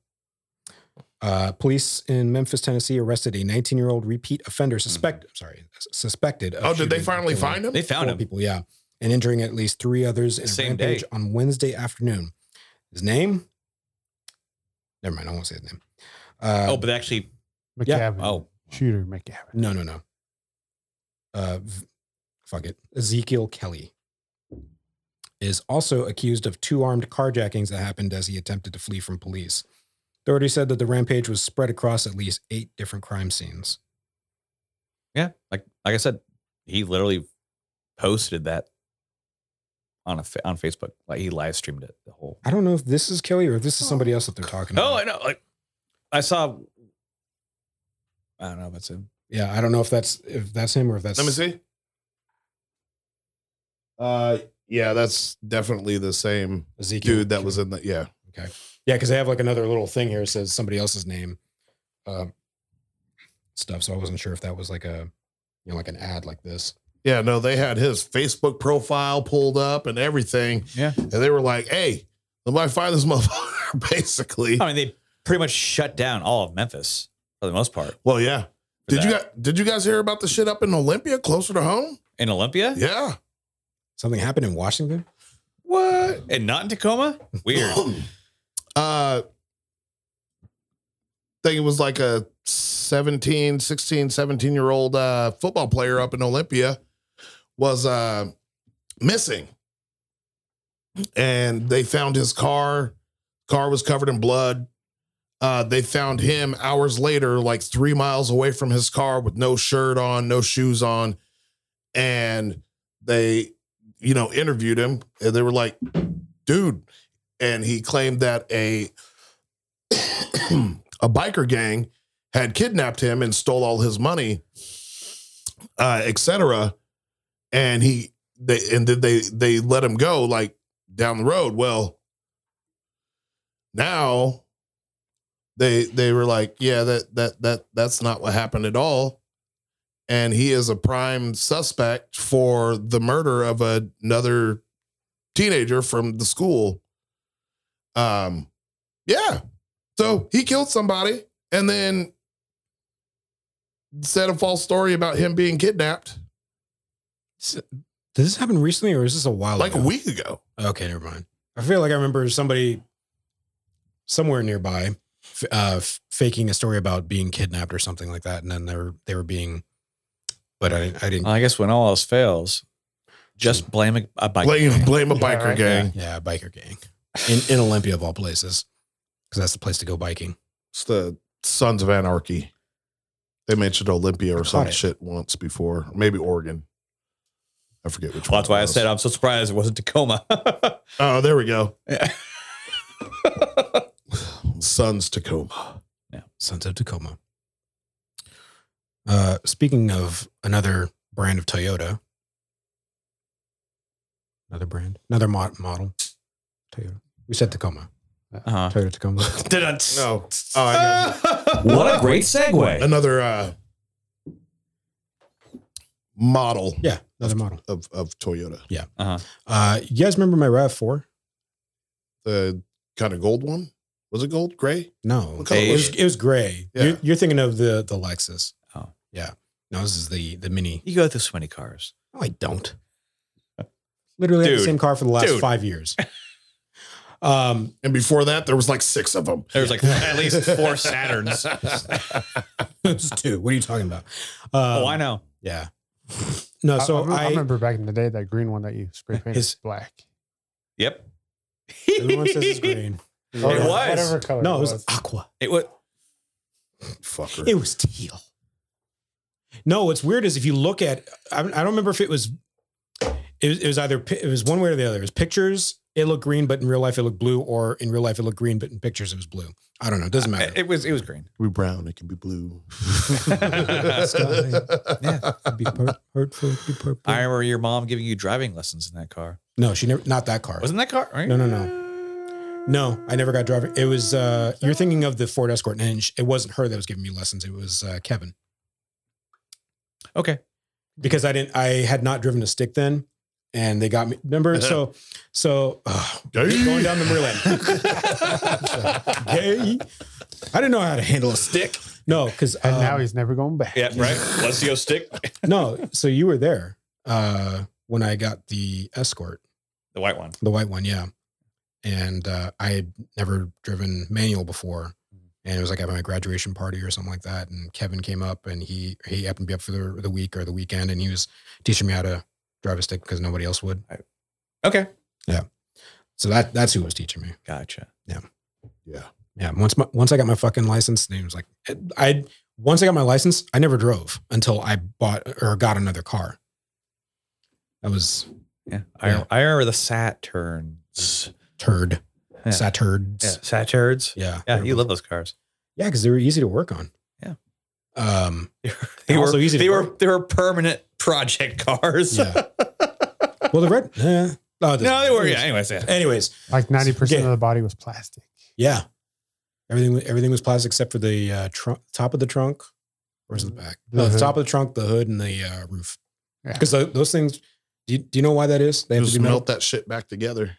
S2: Uh, police in Memphis, Tennessee, arrested a 19-year-old repeat offender suspect. Sorry, s- suspected. Of
S1: Mm-hmm. Oh, did they
S2: shooting
S1: finally
S2: and killing
S1: find him?
S3: They found
S2: four
S3: him.
S2: People, yeah, and injuring at least three others in
S3: Same
S2: a rampage
S3: day.
S2: on Wednesday afternoon. His name? Never mind. I won't say his name. Uh,
S3: Oh, but actually,
S2: Yeah.
S4: McGavin.
S3: oh,
S4: Shooter McGavin.
S2: no, no, no. Uh, v- fuck it. Ezekiel Kelly is also accused of two armed carjackings that happened as he attempted to flee from police. Authorities said that the rampage was spread across at least eight different crime scenes.
S3: yeah. Like like I said, he literally posted that on a fa- on Facebook. Like he live streamed it the whole.
S2: I don't know if this is Kelly or if this is somebody else that they're talking
S1: Oh,
S3: No,
S2: about.
S3: I know. Like, I saw. I don't know if it's him.
S2: Yeah, I don't know if that's if that's him or if that's
S1: Let me see. Uh, yeah, that's definitely the same
S2: Ezekiel.
S1: dude that was in the yeah.
S2: Yeah, because they have like another little thing here that says somebody else's name, uh, stuff. So I wasn't sure if that was like a, you know, like an ad like this.
S1: Yeah, no, they had his Facebook profile pulled up and everything.
S3: Yeah.
S1: And they were like, hey, let me find this motherfucker, basically.
S3: I mean, they pretty much shut down all of Memphis for the most part.
S1: Well, yeah.
S3: for
S1: Did you
S3: that.
S1: guys did you guys hear about the shit up in Olympia closer to home?
S3: in Olympia?
S1: Yeah.
S2: Something happened in Washington.
S3: What? And not in Tacoma? Weird.
S1: Um, uh think it was like a 17 16 17 year old uh football player up in olympia was uh missing and they found his car car was covered in blood uh they found him hours later like three miles away from his car with no shirt on no shoes on and they you know interviewed him and they were like dude and he claimed that a a biker gang had kidnapped him and stole all his money, uh, etc. And he they and then they they let him go like down the road. Well, now they they were like, yeah, that that that that's not what happened at all. And he is a prime suspect for the murder of another teenager from the school. Um, yeah. So he killed somebody and then said a false story about him being kidnapped
S2: Did this happen recently or is this a while
S1: like a
S2: ago?
S1: week ago.
S2: Okay, never mind. I feel like I remember somebody somewhere nearby f- uh, f- faking a story about being kidnapped or something like that, and then they were they were being, but I I didn't.
S3: Well, I guess when all else fails, just blame uh, a, a bike.
S1: Blame blame a
S4: Yeah,
S1: biker
S4: right.
S1: gang.
S2: yeah, biker gang in in Olympia of all places, because that's the place to go biking.
S1: It's the Sons of Anarchy. They mentioned Olympia or some
S2: it.
S1: shit once before, maybe Oregon. I forget which
S3: Well,
S1: one.
S3: that's
S1: it
S3: why I
S1: was.
S3: said uh, I'm so surprised it wasn't Tacoma. Uh-huh.
S1: Oh, there we go.
S3: Yeah.
S1: Sons Tacoma.
S2: Sons of Tacoma. Uh, speaking of another brand of Toyota, another brand, another mo- model, Toyota. We said Tacoma,
S3: uh-huh.
S2: Toyota Tacoma.
S3: Didn't.
S1: No. Oh, I got you.
S3: what a great segue.
S1: another uh model
S2: yeah, another model.
S1: of of Toyota.
S3: Uh-huh.
S2: Uh, you guys remember my Rav Four?
S1: The kind of gold one. Was it gold? Gray?
S2: No,
S1: What color
S2: it
S1: was
S2: was,
S1: it?
S2: it was gray.
S1: Yeah.
S2: You're, you're thinking of the the Lexus.
S3: Oh.
S2: yeah. No, this is the the Mini.
S3: You go through so many cars.
S2: No, I don't. Literally had the
S3: Dude.
S2: same car for the last
S3: Dude.
S2: five years. Um,
S1: And before that, there was like six of them.
S3: There's like at least four Saturns.
S2: it's two. What are you talking about? Um,
S3: oh, I know.
S2: Yeah. No, so
S4: I,
S2: I,
S4: remember back in the day that green one that you spray painted
S2: His-
S4: black.
S3: Yep.
S2: everyone says it's green.
S4: Or
S3: was.
S4: whatever color.
S2: No, it was aqua.
S3: It was
S1: Fucker.
S2: It was teal. No, what's weird is if you look at, I, I don't remember if it was, it was, it was either pi- it was one way or the other. It was pictures. It looked green, but in real life it looked blue, or in real life it looked green, but in pictures it was blue. I don't know. It doesn't matter.
S3: it was it was green.
S1: It can be brown. It can be blue.
S2: Yeah. It'd be pur- hurtful, it'd be purple.
S3: I remember your mom giving you driving lessons in that car.
S2: no, she never. Not that car.
S3: Wasn't that car? Right?
S2: No, no, no. No, I never got driving. It was uh you're thinking of the Ford Escort, and it wasn't her that was giving me lessons. It was uh, Kevin.
S3: Okay.
S2: because I didn't I had not driven a stick then and they got me remember so so ugh, going down memory lane. Gay. I didn't know how to handle a stick. No, because
S4: And now he's never going back.
S3: Yeah, right. Let's go stick.
S2: no. So you were there uh, when I got the escort,
S3: The white one.
S2: the white one, yeah. And uh, I had never driven manual before, and it was like at my graduation party or something like that. And Kevin came up and he he happened to be up for the, the week or the weekend, and he was teaching me how to drive a stick because nobody else would.
S3: Okay.
S2: So that that's who was teaching me.
S3: Gotcha.
S1: yeah.
S2: Yeah. Once my once I got my fucking license, then it was like I once I got my license, I never drove until I bought or got another car. That was
S3: Yeah. I,
S2: Yeah.
S3: I remember the Saturns.
S2: Turd.
S3: Yeah.
S2: Saturds.
S3: Yeah. Saturds.
S2: Yeah.
S3: Yeah. You love those cars.
S2: Yeah, because they were easy to work on.
S3: Yeah.
S2: Um,
S3: They
S2: Also
S3: were,
S2: easy to
S3: They were,
S2: work.
S3: they were permanent project cars.
S2: yeah. well, the red. Yeah. Oh, it doesn't
S3: no, they were.
S2: matter.
S3: Yeah. Anyways. Yeah.
S2: Anyways,
S4: Like ninety percent
S2: Yeah.
S4: of the body was plastic.
S2: yeah. Everything wa- everything was plastic except for the uh, trunk, top of the trunk, or is it the back?
S4: Mm-hmm. The
S2: no, the
S4: hood.
S2: top of the trunk, the hood, and the uh, roof.
S4: Yeah.
S2: Because those things. Do you, do you know why that is? They have to
S1: Just
S2: be metal.
S1: melt that shit back together.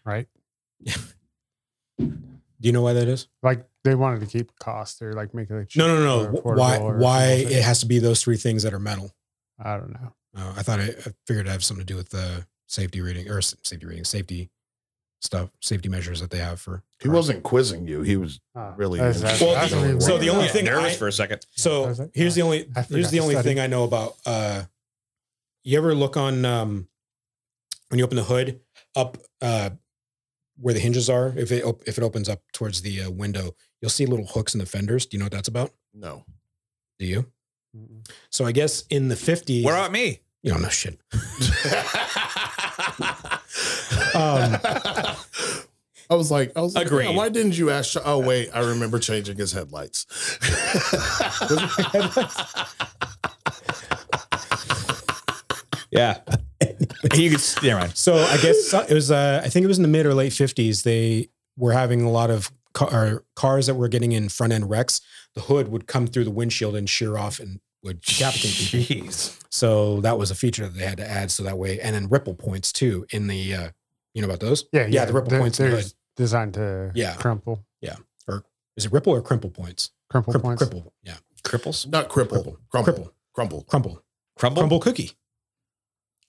S2: Do you know why that is?
S4: Like they wanted to keep cost or like make it. Like
S2: No, no,
S4: cheaper
S2: no. no.
S4: or affordable
S2: Why?
S4: Oh, or
S2: Why
S4: something.
S2: it has to be those three things that are metal?
S4: I don't know.
S2: Uh, I thought I, I figured it had something to do with the safety rating or s- safety rating, safety stuff, safety measures that they have for.
S1: He wasn't quizzing you. He was
S4: Uh,
S1: Really
S4: that's-
S1: is.
S4: that's-
S2: Well,
S4: that's
S2: the-
S4: really
S2: so
S4: weird.
S2: the only
S3: Yeah,
S2: thing
S3: nervous
S2: I-
S3: for a second.
S4: What was
S2: So
S4: it?
S2: here's the only
S4: I
S2: here's
S4: forgot
S2: the
S4: to
S2: only
S4: study.
S2: thing I know about. Uh, you ever look on um, when you open the hood up uh, where the hinges are? If it op- if it opens up towards the uh, window, you'll see little hooks in the fenders. Do you know what that's about?
S1: no.
S2: Do you? So I guess in the 50s,
S3: What about me?
S2: you don't know shit. Um,
S1: Um, I was like, I was like,
S3: Agreed.
S1: yeah, why didn't you ask? Sha- Oh wait, I remember changing his headlights.
S3: Yeah. you could, s- never mind.
S2: So I guess so- it was. Uh, I think it was in the mid or late fifties. They were having a lot of car, cars that were getting in front end wrecks. The hood would come through the windshield and shear off and would decapitate people.
S3: Jeez.
S2: So that was a feature that they had to add. So that way, and then ripple points too in the. Uh, you know about those?
S4: Yeah, yeah.
S2: the ripple points in the
S4: They're designed to
S2: Yeah.
S4: crumple,
S2: Is it ripple or crimple points?
S4: crumple
S2: Crimple,
S4: points.
S2: cripple. Yeah,
S3: Cripples?
S1: Not cripple, crumple, crumple,
S2: cripple, crumple,
S3: Crumble?
S2: crumble cookie.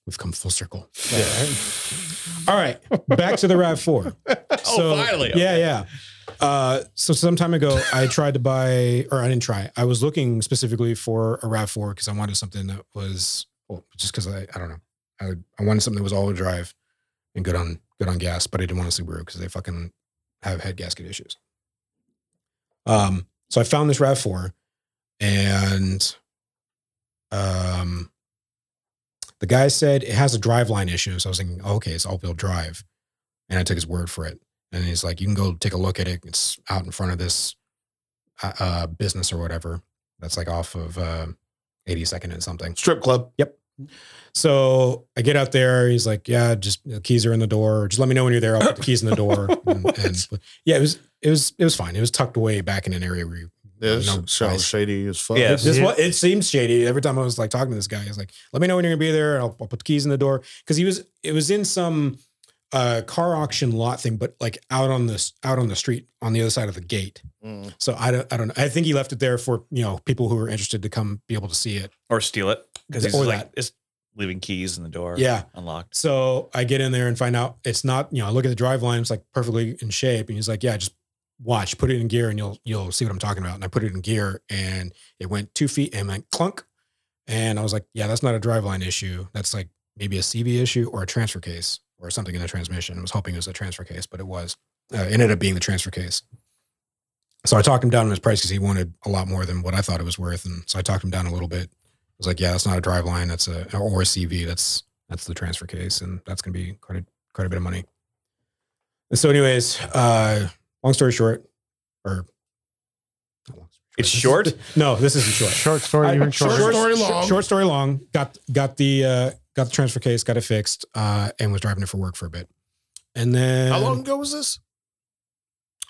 S2: We've come full circle. All right, back to the Rav Four.
S3: Oh, finally.
S2: Yeah, yeah. Uh, so some time ago, I tried to buy, or I didn't try. I was looking specifically for a Rav Four because I wanted something that was, well, just because I, I don't know, I, I wanted something that was all wheel drive and good on good on gas, but I didn't want a Subaru because they fucking have head gasket issues. Um, so I found this Rav Four, and um, the guy said it has a driveline issue. So I was thinking, oh, okay, it's all wheel drive, and I took his word for it. And he's like, you can go take a look at it. It's out in front of this uh, uh, business or whatever. That's like off of uh, 82nd and something.
S1: strip club.
S2: So I get out there. He's like, yeah, just the keys are in the door. Just let me know when you're there. I'll put the keys in the door. And, and yeah, it was, it was, it was fine. It was tucked away back in an area where you,
S1: This
S2: No,
S1: sounds
S2: nice.
S1: shady as fuck.
S3: Yeah.
S2: it, this
S4: Yeah.
S2: wa- it seems shady. Every time I was like talking to this guy, he's like, let me know when you're gonna be there. I'll, I'll put the keys in the door. Cause he was, it was in some uh, car auction lot thing, but like out on this, out on the street on the other side of the gate.
S1: Mm.
S2: So I don't, I don't know. I think he left it there for, you know, people who are interested to come be able to see it.
S3: Or steal it. Because he's
S2: Or
S3: just like, it's leaving keys in the door.
S2: Yeah.
S3: Unlocked.
S2: So I get in there and find out it's not, you know, I look at the drive line, it's like perfectly in shape. And he's like, yeah, just watch, put it in gear and you'll, you'll see what I'm talking about. And I put it in gear and it went two feet and went clunk. And I was like, yeah, that's not a drive line issue. That's like maybe a CV issue or a transfer case or something in the transmission. I was hoping it was a transfer case, but it was, uh, it ended up being the transfer case. So I talked him down on his price because he wanted a lot more than what I thought it was worth. And so I talked him down a little bit. I was like, yeah, that's not a drive line. That's a, or a CV. That's, that's the transfer case, and that's going to be quite a, quite a bit of money. And so, anyways, uh, long story short, or not long story
S3: It's
S2: This is-
S3: short?
S2: no, this isn't short.
S4: Short story,
S2: I-
S4: even
S2: short
S4: shorter.
S1: short- story long.
S2: Short story long. Got got the uh, got the transfer case, got it fixed, uh, and was driving it for work for a bit. And then
S1: How long ago was this?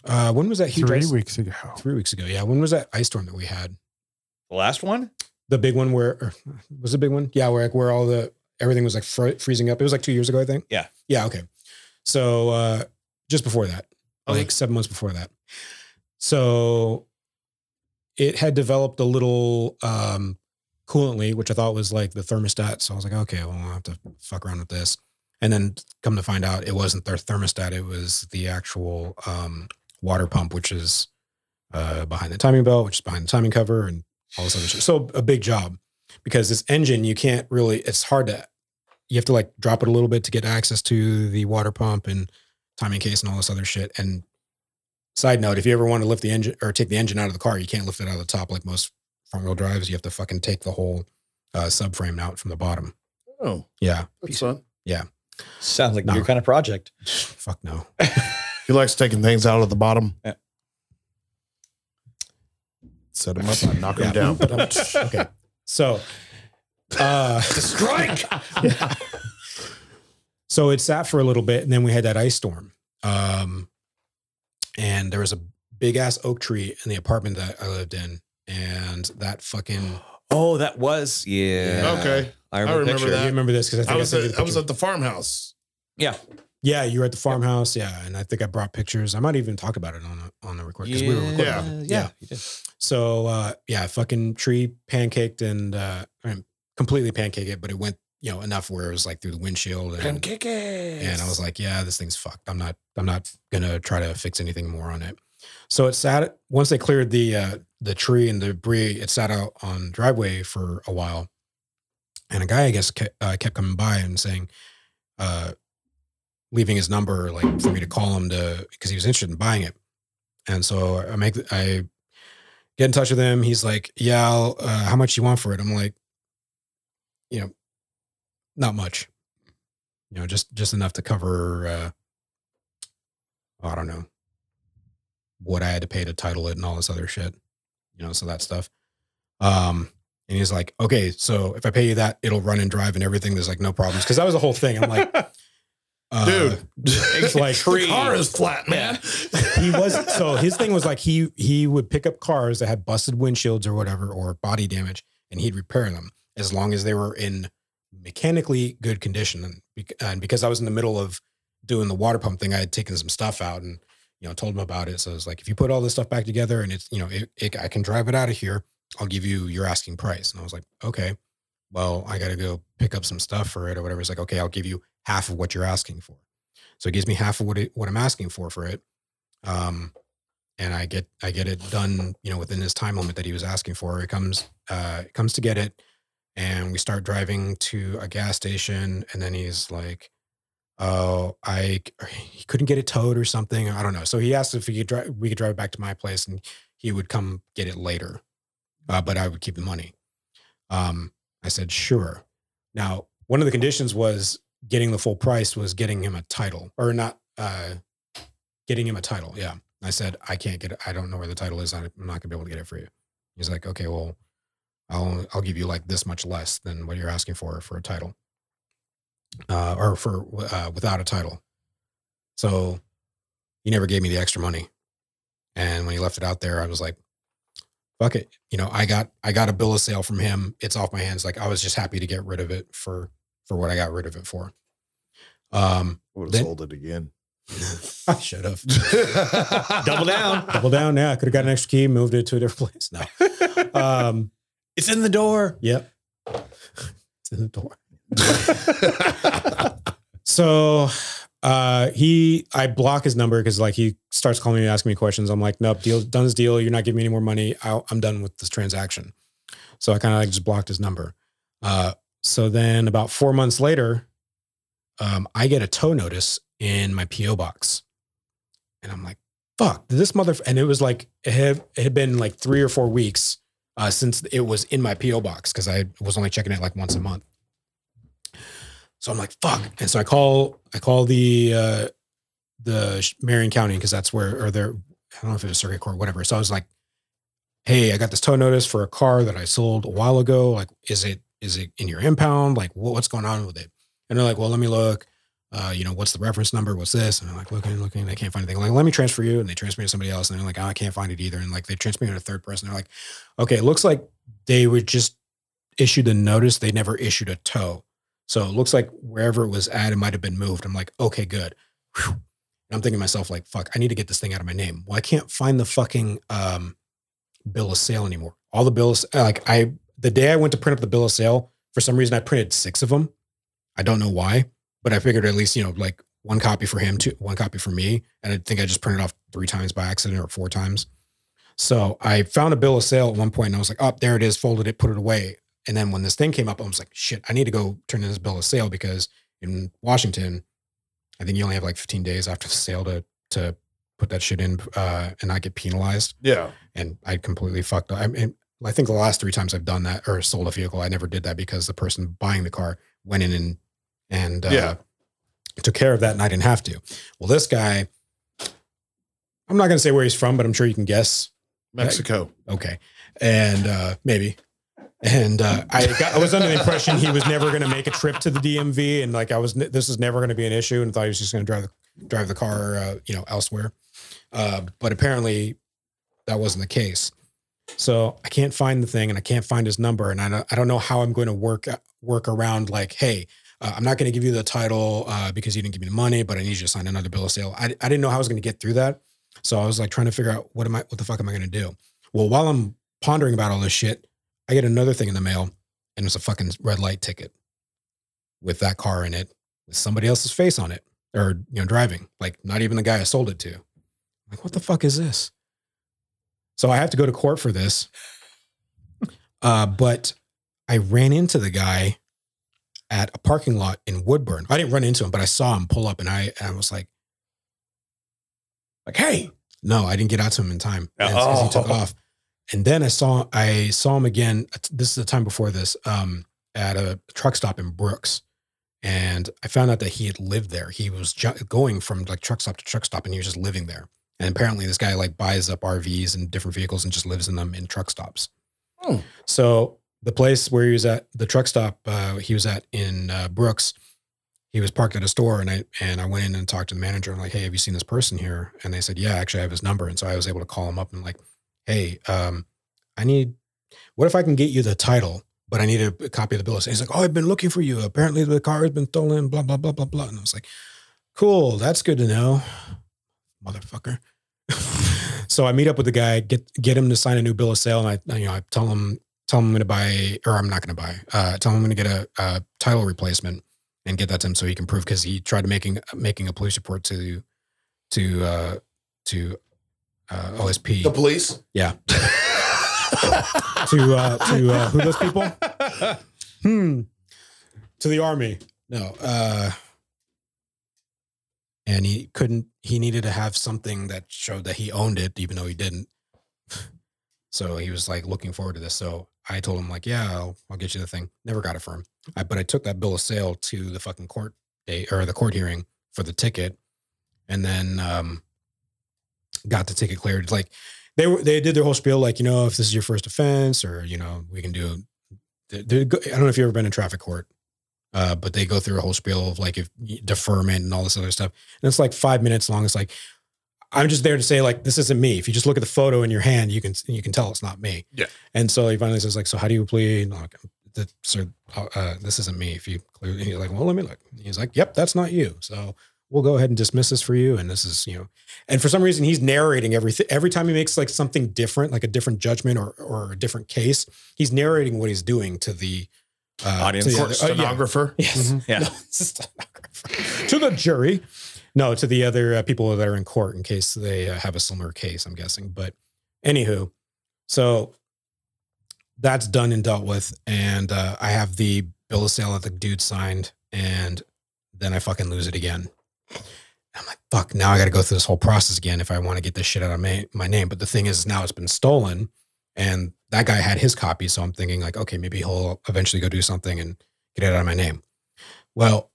S2: Uh, when was that huge?
S4: Three
S2: ice-
S4: weeks ago.
S2: Three weeks ago. Yeah. When was that ice storm that we had?
S3: The last one?
S2: The big one where or, was the big one? Yeah, where like where all the everything was like fro- freezing up. It was like two years ago, I think.
S3: Yeah.
S2: Yeah. Okay. So uh, just before that,
S1: Okay.
S2: like seven months before that. So it had developed a little um, coolant leak, which I thought was like the thermostat. So I was like, okay, well, I'll have to fuck around with this. And then come to find out, it wasn't their thermostat; it was the actual um, water pump, which is uh, behind the timing belt, which is behind the timing cover, and all this other shit. So a big job because this engine you can't really. It's hard to. You have to like drop it a little bit to get access to the water pump and timing case and all this other shit. And side note, if you ever want to lift the engine or take the engine out of the car, you can't lift it out of the top like most front wheel drives. You have to fucking take the whole uh, subframe out from the bottom.
S1: Oh,
S2: Yeah.
S1: that's fun.
S3: Sounds like
S2: No.
S3: your kind of project.
S2: Fuck no.
S1: He likes taking things out of the bottom.
S3: Yeah.
S1: Set him up, I knock him
S2: Yeah.
S1: down.
S2: But I'm- okay. So, uh,
S1: Strike!
S2: so it sat for a little bit, and then we had that ice storm. Um, and there was a big ass oak tree in the apartment that I lived in, and that fucking
S3: Oh, that was yeah.
S1: Okay.
S3: I
S1: I remember
S3: remember, the picture.
S1: that.
S2: you remember this because I
S1: I
S2: think I,
S1: was
S2: sent you
S1: at,
S2: the
S1: I was
S2: picture.
S1: at the farmhouse.
S3: Yeah,
S2: yeah, you were at the farmhouse, yeah, and I think I brought pictures. I might even talk about it on the, on the record because we were recording.
S1: Yeah.
S3: yeah,
S2: Yeah.
S3: you did.
S2: So uh, yeah, fucking tree pancaked and uh, I mean, completely pancaked it, but it went you know enough where it was like through the windshield and
S1: kick it.
S2: and I was like, yeah, this thing's fucked. I'm not I'm not gonna try to fix anything more on it. So it sat once they cleared the uh, the tree and the debris, it sat out on driveway for a while. And a guy, I guess, kept, uh, kept coming by and saying, uh, leaving his number like for me to call him to because he was interested in buying it. And so I make I get in touch with him. He's like, yeah, I'll, uh, how much you want for it? I'm like, you know, not much you know, just just enough to cover. Uh, I don't know what I had to pay to title it and all this other shit, you know, so that stuff. Um, and he's like, okay, so if I pay you that, it'll run and drive and everything. There's like no problems because that was the whole thing. I'm like, uh,
S1: dude,
S2: it's like
S1: the car is flat, man.
S2: he was so his thing was like he he would pick up cars that had busted windshields or whatever or body damage and he'd repair them as long as they were in mechanically good condition and, bec- and because i was in the middle of doing the water pump thing i had taken some stuff out and you know told him about it so it's like if you put all this stuff back together and it's you know it, it, i can drive it out of here i'll give you your asking price and i was like okay well i gotta go pick up some stuff for it or whatever it's like okay i'll give you half of what you're asking for so it gives me half of what, it, what i'm asking for for it um, and I get I get it done, you know, within this time limit that he was asking for. It comes uh, it comes to get it, and we start driving to a gas station, and then he's like, "Oh, I he couldn't get it towed or something. I don't know." So he asked if he could drive we could drive it back to my place, and he would come get it later, uh, but I would keep the money. Um, I said, "Sure." Now, one of the conditions was getting the full price was getting him a title or not. Uh, getting him a title. Yeah. I said, I can't get it. I don't know where the title is. I'm not gonna be able to get it for you. He's like, okay, well, I'll, I'll give you like this much less than what you're asking for, for a title uh, or for, uh, without a title. So he never gave me the extra money. And when he left it out there, I was like, fuck it. You know, I got, I got a bill of sale from him. It's off my hands. Like I was just happy to get rid of it for, for what I got rid of it for. Um,
S1: Would
S2: Then-
S1: sold it again.
S2: I should have.
S3: Double down.
S2: double down. Yeah, I could have got an extra key, moved it to a different place. No. Um,
S3: It's in the door.
S2: yep. It's in the door. So uh he I block his number because like he starts calling me and asking me questions. I'm like, nope, deal done's deal. You're not giving me any more money. I, I'm done with this transaction. So I kind of like just blocked his number. Uh so then about four months later, um, I get a tow notice in my PO box. And I'm like, fuck, did this mother and it was like it had, it had been like three or four weeks uh since it was in my PO box because I was only checking it like once a month. So I'm like, fuck. And so I call, I call the, uh, the Marion County because that's where, or their, I don't know if it was circuit court, whatever. So I was like, hey, I got this tow notice for a car that I sold a while ago. Like, is it, is it in your impound? Like, what, what's going on with it? And they're like, well, let me look. Uh, you know, what's the reference number? What's this? And I'm like, looking, looking, they can't find anything. like, let me transfer you. And they transfer me to somebody else. And they're like, oh, I can't find it either. And like, they transfer me to a third person. They're like, okay, it looks like they would just issued a notice. They never issued a tow. So it looks like wherever it was at, it might have been moved. I'm like, okay, good. Whew. And I'm thinking to myself, like, fuck, I need to get this thing out of my name. Well, I can't find the fucking um, bill of sale anymore. All the bills, uh, like, I, the day I went to print up the bill of sale, for some reason, I printed six of them. I don't know why, but I figured at least, you know, like one copy for him, two, one copy for me. And I think I just printed off three times by accident or four times. So I found a bill of sale at one point and I was like, oh, there it is, folded it, put it away. And then when this thing came up, I was like, shit, I need to go turn in this bill of sale because in Washington, I think you only have like 15 days after the sale to to put that shit in uh, and not get penalized.
S1: yeah.
S2: And I completely fucked up. I mean, I think the last three times I've done that or sold a vehicle, I never did that because the person buying the car went in and and uh,
S1: Yeah.
S2: took care of that and I didn't have to. Well, this guy, I'm not going to say where he's from, but I'm sure you can guess.
S1: Mexico.
S2: Okay. And uh, maybe. And uh, I, got, I was under the impression he was never going to make a trip to the DMV, and like I was, this is never going to be an issue, and thought he was just going to drive the drive the car, uh, you know, elsewhere. Uh, but apparently, that wasn't the case. So I can't find the thing, and I can't find his number, and I don't, I don't know how I'm going to work work around. Like, hey, uh, I'm not going to give you the title uh, because you didn't give me the money, but I need you to sign another bill of sale. I, I didn't know how I was going to get through that, so I was like trying to figure out what am I, what the fuck am I going to do? Well, while I'm pondering about all this shit, I get another thing in the mail, and it's a fucking red light ticket with that car in it, with somebody else's face on it, or you know, driving. Like not even the guy I sold it to. Like, what the fuck is this? So I have to go to court for this. Uh, but I ran into the guy at a parking lot in Woodburn. I didn't run into him, but I saw him pull up, and I, and I was like, like, hey, no, I didn't get out to him in time. And it's 'cause he took
S3: Oh.
S2: off. And then I saw I saw him again. uh, This is the time before this um, at a truck stop in Brooks, and I found out that he had lived there. He was ju- going from like truck stop to truck stop, and he was just living there. And apparently, this guy like buys up RVs and different vehicles and just lives in them in truck stops.
S1: Hmm.
S2: So the place where he was at, the truck stop uh, he was at in uh, Brooks, he was parked at a store, and I and I went in and talked to the manager. I'm like, "Hey, have you seen this person here?" And they said, "Yeah, actually, I have his number." And so I was able to call him up and like, "Hey, um, I need. What if I can get you the title, but I need a copy of the bill?" of sale?" He's like, "Oh, I've been looking for you. Apparently, the car has been stolen. Blah blah blah blah blah." And I was like, "Cool, that's good to know, motherfucker." so I meet up with the guy, get get him to sign a new bill of sale, and I you know I tell him tell him I'm going to buy or I'm not going to buy. Uh, tell him I'm going to get a, a title replacement and get that to him so he can prove because he tried making making a police report to to uh, to uh, OSP
S1: The police.
S2: Yeah. to uh, to uh, who those people? Hmm. To the army. No. Uh, and he couldn't. He needed to have something that showed that he owned it, even though he didn't. So he was like looking forward to this. So I told him like, yeah, I'll, I'll get you the thing. Never got it for him. I, but I took that bill of sale to the fucking court day or the court hearing for the ticket, and then um, got the ticket cleared. Like they were, they did their whole spiel like you know if this is your first offense or you know we can do they- they go- I don't know if you've ever been in traffic court, uh, but they go through a whole spiel of like if deferment and all this other stuff, and it's like five minutes long. It's like I'm just there to say like this isn't me. If you just look at the photo in your hand, you can you can tell it's not me.
S1: Yeah.
S2: And so he finally says like, so how do you plead? And I'm like, "Th- sir, uh, this isn't me. If you clearly, and he's like, well, let me look. He's like, yep, that's not you. So we'll go ahead and dismiss this for you. And this is you know, and for some reason he's narrating everything. Every time he makes like something different, like a different judgment or or a different case, he's narrating what he's doing to the uh,
S3: Audience.
S2: to the
S3: Court
S2: other- uh, yeah.
S1: Stenographer.
S2: Yes.
S4: Mhm.
S3: Yeah.
S2: No, it's a stenographer. to the jury. No, to the other uh, people that are in court in case they uh, have a similar case, I'm guessing. But anywho, so that's done and dealt with. And uh, I have the bill of sale that the dude signed. And then I fucking lose it again. I'm like, fuck, now I got to go through this whole process again if I want to get this shit out of my, my name. But the thing is, now it's been stolen. And that guy had his copy. So I'm thinking, like, okay, maybe he'll eventually go do something and get it out of my name. Well,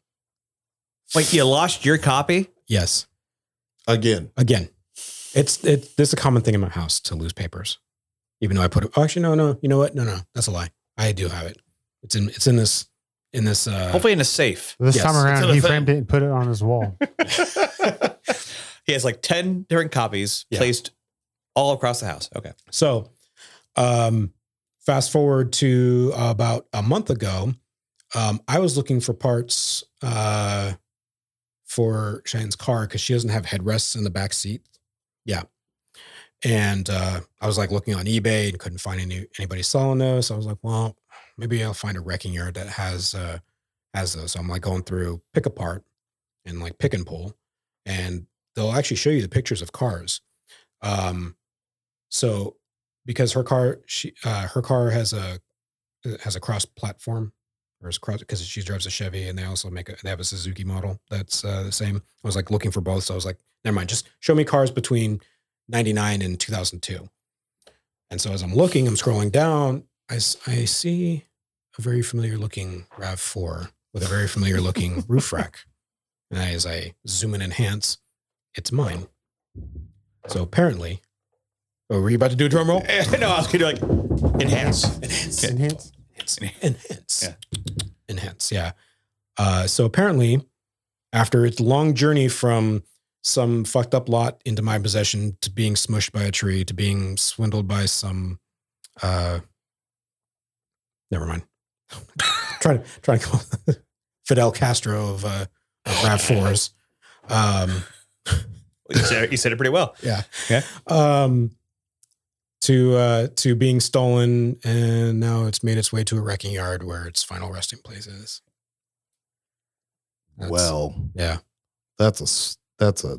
S3: Wait, you lost your copy?
S2: yes.
S1: Again.
S2: Again, it's it. This is a common thing in my house to lose papers, even though I put it. Oh, actually, no, no. You know what? No, no. That's a lie. I do have it. It's in. It's in this. In this. Uh,
S3: Hopefully in a safe.
S4: This
S2: Yes.
S4: time around,
S1: Instead of
S4: he
S1: thing-
S4: framed it and put it on his wall.
S3: he has like 10 different copies
S2: Yeah.
S3: placed all across the house. Okay.
S2: So, um, fast forward to uh, about a month ago, um, I was looking for parts uh, for Cheyenne's car because she doesn't have headrests in the back seat. Yeah. And uh, I was like looking on eBay and couldn't find any anybody selling those. So I was like, well, maybe I'll find a wrecking yard that has uh, has those. So I'm like going through pick apart and like pick and pull, and they'll actually show you the pictures of cars. Um, so because her car, she uh, her car has a uh, has a cross platform or is cross because she drives a Chevy and they also make a they have a Suzuki model that's uh, the same. I was like looking for both, so I was like, never mind, just show me cars between ninety nine and two thousand two. And so as I'm looking, I'm scrolling down, I s- I see a very familiar looking Rav four with a very familiar looking roof rack. And as I zoom and enhance, it's mine. So apparently, oh, were you about to do a drum roll?
S3: no, I was gonna do like enhance.
S2: Enhance.
S4: Enhance.
S2: Enhance. Enhance.
S3: Yeah.
S2: Enhance. Yeah. Uh, so apparently, after its long journey from some fucked up lot into my possession to being smushed by a tree to being swindled by some, uh, never mind. trying to trying to call Fidel Castro of uh, of Rav Fours. Um,
S3: You said, you said it pretty well.
S2: um, to uh, to being stolen, and now it's made its way to a wrecking yard where its final resting place is. That's-
S1: well,
S2: yeah,
S1: that's a s- that's a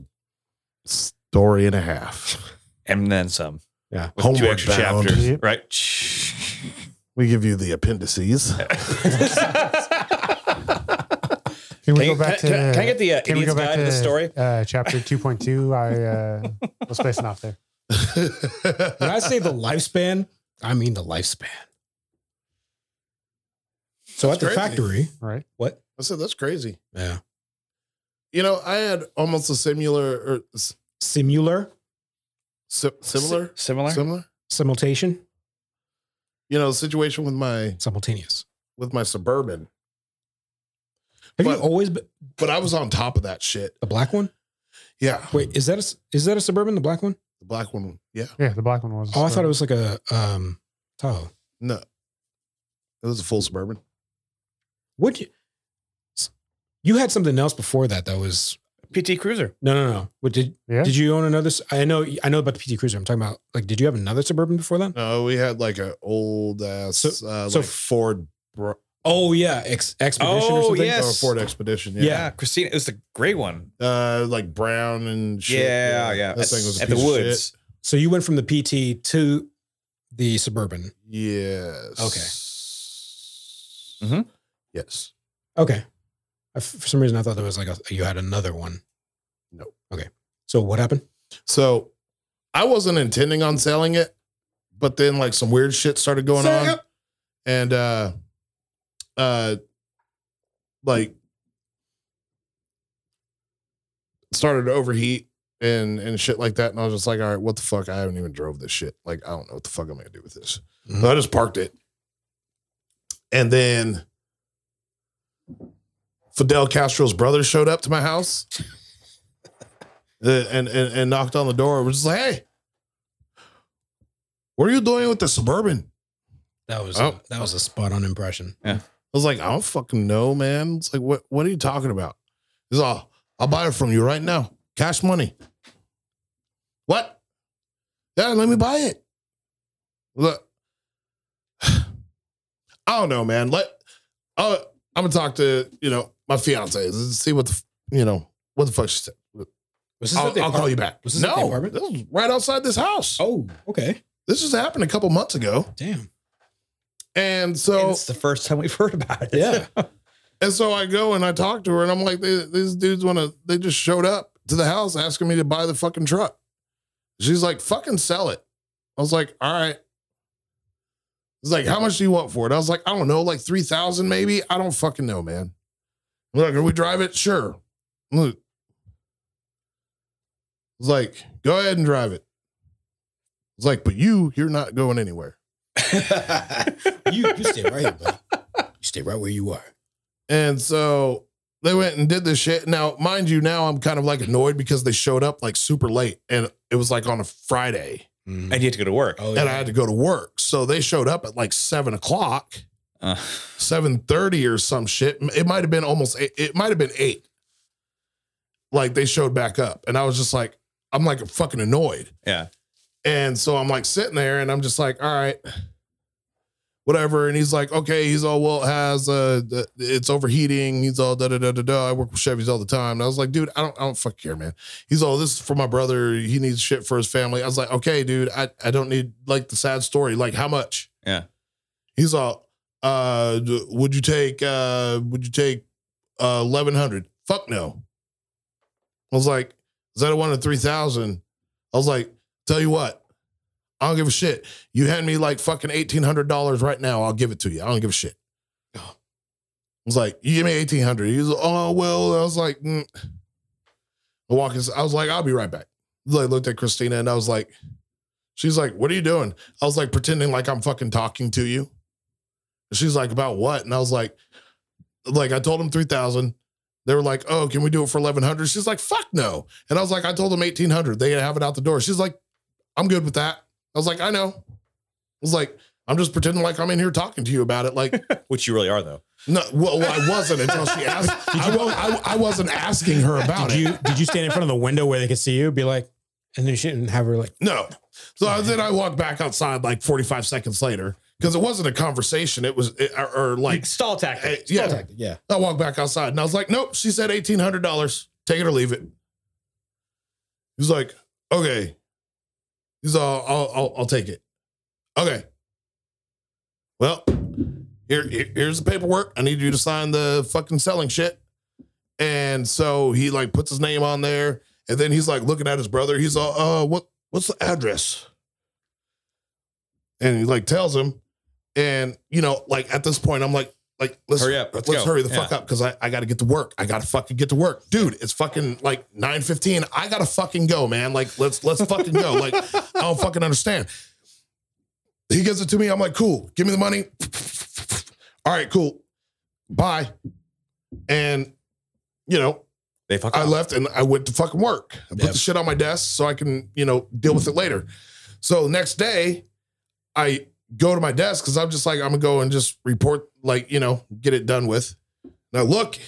S1: story and a half.
S3: And then some.
S2: Yeah.
S3: With two
S1: Homeward
S3: extra
S1: bound.
S3: chapters.
S4: Yep.
S3: Right.
S1: We give you the appendices.
S4: Can we
S3: Can, you-
S4: go back
S3: can-
S4: to?
S3: can- can I get the uh,
S4: can we
S3: idiot's
S4: go back
S3: guide
S4: to
S3: to the story?
S4: Uh, chapter two point two. I uh, was placing off there.
S2: when I say the lifespan, I mean the lifespan. So at
S1: That's
S2: the
S1: crazy.
S2: factory,
S4: All right.
S2: what?
S1: I said that's crazy.
S2: Yeah,
S1: You know, I had almost a similar or s-
S2: simular
S1: si- similar,
S3: S- similar.
S1: similar.
S2: simultation,
S1: You know, situation with my
S2: simultaneous.
S1: with my suburban,
S2: Have
S1: But-
S2: you always been
S1: but I was on top of that shit.
S2: the black one?
S1: Yeah,
S2: Wait, is that a s- is that a suburban? The black one?
S1: the black one. Yeah,
S4: Yeah, the black one was.
S2: Oh, I thought it was like a um, Tahoe.
S1: no, it was a full suburban.
S2: What you, you had something else before that that was
S3: PT Cruiser.
S2: no no no. What did
S4: Yeah.
S2: did you own another? s- I know I know about the PT Cruiser. I'm talking about like did you have another suburban before that?
S1: No, we had like an old ass
S2: So-
S1: uh,
S2: so-
S1: like Ford Bro-
S2: Oh yeah, Ex- expedition or
S3: Oh,
S2: something.
S1: or
S3: yes.
S1: Ford Expedition.
S3: Yeah.
S1: Yeah,
S3: Christina. It was the gray one.
S1: Uh, like brown and shit.
S3: Yeah, yeah.
S1: That thing was a
S3: At the
S1: piece of
S3: woods.
S2: So you went from the PT to the suburban.
S1: shit. Yes.
S3: Okay. Mhm.
S1: Mm-hmm. Yes.
S2: Okay. I, for some reason, I thought there was like a, you had another one.
S1: No.
S2: Okay. So what happened?
S1: So I wasn't intending on selling it, but then like some weird shit started going
S2: Sell
S1: on.
S2: it.
S1: And uh uh like started to overheat and and shit like that. And I was just like, all right, what the fuck? I haven't even drove this shit. Like, I don't know what the fuck I'm gonna do with this.
S2: Mhm.
S1: So I just parked it. And then Fidel Castro's brother showed up to my house uh, and, and, and knocked on the door. Was just like, hey, what are you doing with the suburban?
S2: That was
S1: Oh.
S2: that was a spot on impression.
S1: I was like, I don't fucking know, man. It's like, what what are you talking about? He's all, I'll buy it from you right now. Cash money. What? Yeah, let me buy it. Look. I don't know, man. Let uh, I'm gonna talk to, you know, my fiance and see what the f- you know, what the fuck she said.
S2: Was at the
S1: I'll, I'll call
S2: apartment?
S1: you back.
S2: Was this at the
S1: no,
S2: apartment?
S1: this was right outside this house.
S2: Oh, okay.
S1: This just happened a couple months ago.
S2: Damn.
S1: And
S3: And
S1: so
S3: it's the first time we've heard about it.
S2: Yeah.
S1: And so I go and I talk to her, and I'm like, "They- these dudes want to, they just showed up to the house asking me to buy the fucking truck. She's like, fucking sell it. I was like, all right. It's like, how much do you want for it? I was like, I don't know, like 3,000 maybe? I don't fucking know, man. Look, can we drive it? Sure. Look. It's like, go ahead and drive it. It's like, but you, you're not going anywhere.
S2: you you stay right here, buddy. You stay right where you are.
S1: And so they went and did this shit. Now, mind you, now I'm kind of like annoyed because they showed up like super late and it was like on a Friday
S2: Mm.
S3: and you had to go to work.
S2: Oh,
S1: and I had to go to work. So they showed up at like seven o'clock,
S3: Uh,
S1: 7.30 or some shit. It might have been almost, eight, it might have been eight. Like they showed back up and I was just like, I'm like fucking annoyed.
S3: yeah.
S1: And so I'm like sitting there and I'm just like, all right, whatever. And he's like, okay, he's all, well, it has, uh, th- it's overheating. He's all, da da da da da. I work with Chevys all the time. And I was like, dude, I don't, I don't fuck care, man. He's all, this is for my brother. He needs shit for his family. I was like, okay, dude, I, I don't need like the sad story. Like, how much?
S3: Yeah.
S1: He's all, uh, d- would you take, uh, would you take, uh, 1100? Fuck no. I was like, is that a one to 3000? I was like, Tell you what, I don't give a shit. You hand me like fucking eighteen hundred dollars right now, I'll give it to you. I don't give a shit. was like, "You give me eighteen hundred. He was like, "Oh well." I was like, mm. "I walk." ins- I was like, "I'll be right back." I looked at Christina and I was like, "She's like, what are you doing?" I was like, pretending like I'm fucking talking to you. She's like, "About what?" And I was like, "Like I told him three thousand. They were like, "Oh, can we do it for eleven hundred? She's like, "Fuck no." And I was like, "I told them eighteen hundred. They have it out the door." She's like, "I'm good with that." I was like, "I know." I was like, "I'm just pretending like I'm in here talking to you about it." Like.
S3: Which you really are though.
S1: No, well, I wasn't until she asked. I, wa- I, I wasn't asking her about
S2: Did
S1: it.
S2: you did you stand in front of the window where they could see you? Be like, and then you shouldn't have her like.
S1: No. So then I walked back outside like 45 seconds later because it wasn't a conversation. It was, it, or, or like,
S3: Stall tactic.
S1: eh, yeah.
S2: Yeah.
S1: I walked back outside and I was like, nope, she said $1,800. Take it or leave it. He's like, okay. He's all, I'll, I'll, I'll take it. Okay. Well, here, here- here's the paperwork. I need you to sign the fucking selling shit. And so he like puts his name on there. And then he's like looking at his brother. He's all, uh, what, what's the address? And he like tells him. And, you know, like at this point, I'm like, like, let's
S3: Hurry up,
S1: Let's,
S3: let's go.
S1: hurry the
S3: Yeah.
S1: fuck up because I, I got to get to work. I got to fucking get to work, dude. It's fucking like nine fifteen. I got to fucking go, man. Like let's let's fucking go. Like I don't fucking understand. He gives it to me. I'm like, cool. Give me the money. All right, cool. Bye. And you know,
S3: They fuck
S1: I
S3: off.
S1: left and I went to fucking work. I put
S3: Yep.
S1: the shit on my desk so I can, you know, deal with it later. So the next day, I go to my desk because I'm just like, I'm gonna go and just report, like, you know, get it done with. And I look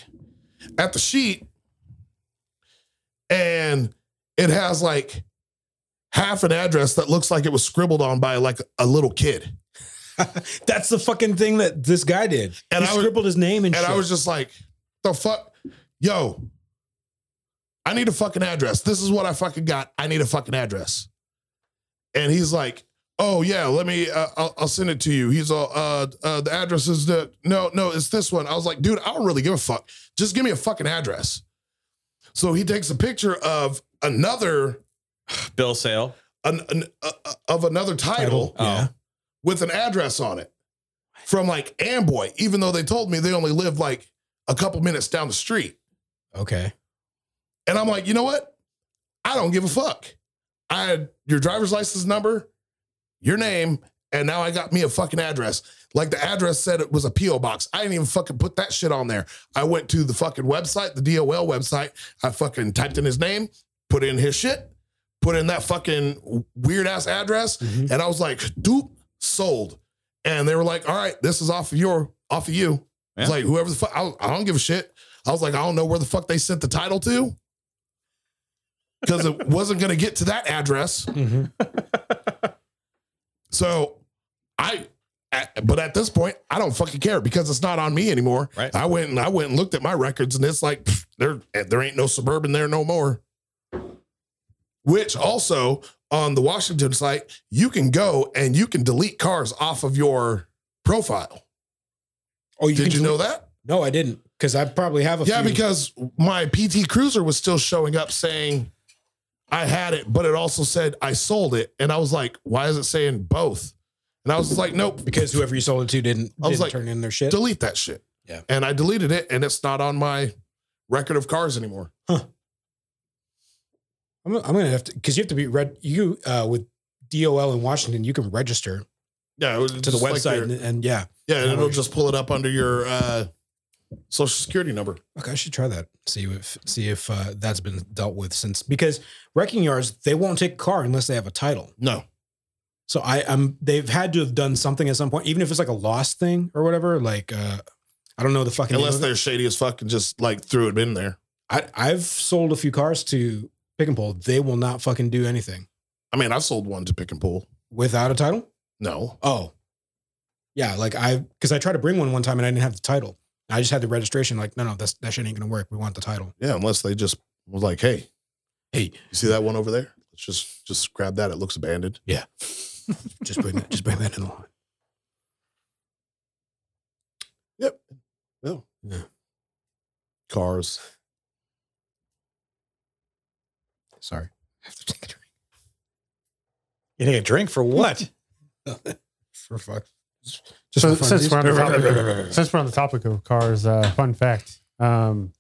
S1: at the sheet and it has like half an address that looks like it was scribbled on by like a little kid.
S2: That's the fucking thing that this guy did.
S1: And
S2: he
S1: I was-
S2: scribbled his name and,
S1: And
S2: shit.
S1: I was just like, the fuck? Yo, I need a fucking address. This is what I fucking got. I need a fucking address. And he's like, oh yeah, let me, uh, I'll, I'll send it to you. He's all, uh, uh, the address is the, no, no, it's this one. I was like, dude, I don't really give a fuck. Just give me a fucking address. So he takes a picture of another,
S3: Bill sale.
S1: an, an, uh, uh, of another title
S3: Oh.
S2: Yeah.
S1: with an address on it from like Amboy, even though they told me they only lived like a couple minutes down the street.
S2: Okay.
S1: And I'm like, you know what? I don't give a fuck. I had your driver's license number, your name, and now I got me a fucking address. Like the address said it was a P.O. box. I didn't even fucking put that shit on there. I went to the fucking website, the DOL website. I fucking typed in his name, put in his shit, put in that fucking weird ass address.
S2: Mhm.
S1: And I was like, dude, sold. And they were like, all right, this is off of your, off of you. I was
S3: Yeah.
S1: like, whoever the fuck, I, I don't give a shit. I was like, I don't know where the fuck they sent the title to. Because it wasn't going to get to that address.
S2: Mhm.
S1: So I, at- but at this point, I don't fucking care because it's not on me anymore.
S3: Right.
S1: I went and I went and looked at my records, and it's like pfft, there there ain't no suburban there no more. Which also on the Washington site, you can go and you can delete cars off of your profile.
S2: Oh, you
S1: Did
S2: can
S1: you know that?
S2: No, I didn't, because I probably have a.
S1: Yeah,
S2: few-
S1: because my PT Cruiser was still showing up saying I had it, but it also said I sold it, and I was like, why is it saying both? And I was like, nope,
S2: because whoever you sold it to didn't,
S1: I was
S2: didn't
S1: like,
S2: turn in their shit.
S1: delete that shit.
S2: Yeah.
S1: And I deleted it and it's not on my record of cars anymore.
S2: I'm, I'm gonna have to because you have to be read you uh, with DOL in Washington. You can register
S1: Yeah. It was
S2: to the
S1: just like
S2: website
S1: your-
S2: and, and yeah.
S1: yeah. And it'll just pull it up under your uh, social security number.
S2: Okay, I should try that. See if see if uh, that's been dealt with since because wrecking yards they won't take a car unless they have a title.
S1: No.
S2: So I um they've had to have done something at some point, even if it's like a lost thing or whatever. Like uh, I don't know the fucking. name
S1: Unless
S2: of it.
S1: they're shady as fuck and just like threw it in there.
S2: I, I've sold a few cars to Pick and Pull. They will not fucking do anything
S1: I mean, I've sold one to pick and pull.
S2: without a title.
S1: No.
S2: Oh, yeah. Like I, because I tried to bring one one time and I didn't have the title. I just had the registration. Like, no, no, that's, that shit ain't gonna work. We want the title.
S1: Yeah. Unless they just was like, hey,
S2: Hey.
S1: you see that one over there? Let's just just grab that. It looks abandoned.
S2: Just bring that. just bring that in the line.
S1: No.
S2: Yeah.
S1: Cars.
S2: Sorry. I have to take a drink
S3: You need a drink for what?
S2: for fuck. Just
S4: So
S2: for fun.
S4: since we're, on the
S1: Just-
S4: topic, since we're on the topic of cars, uh, fun fact: um,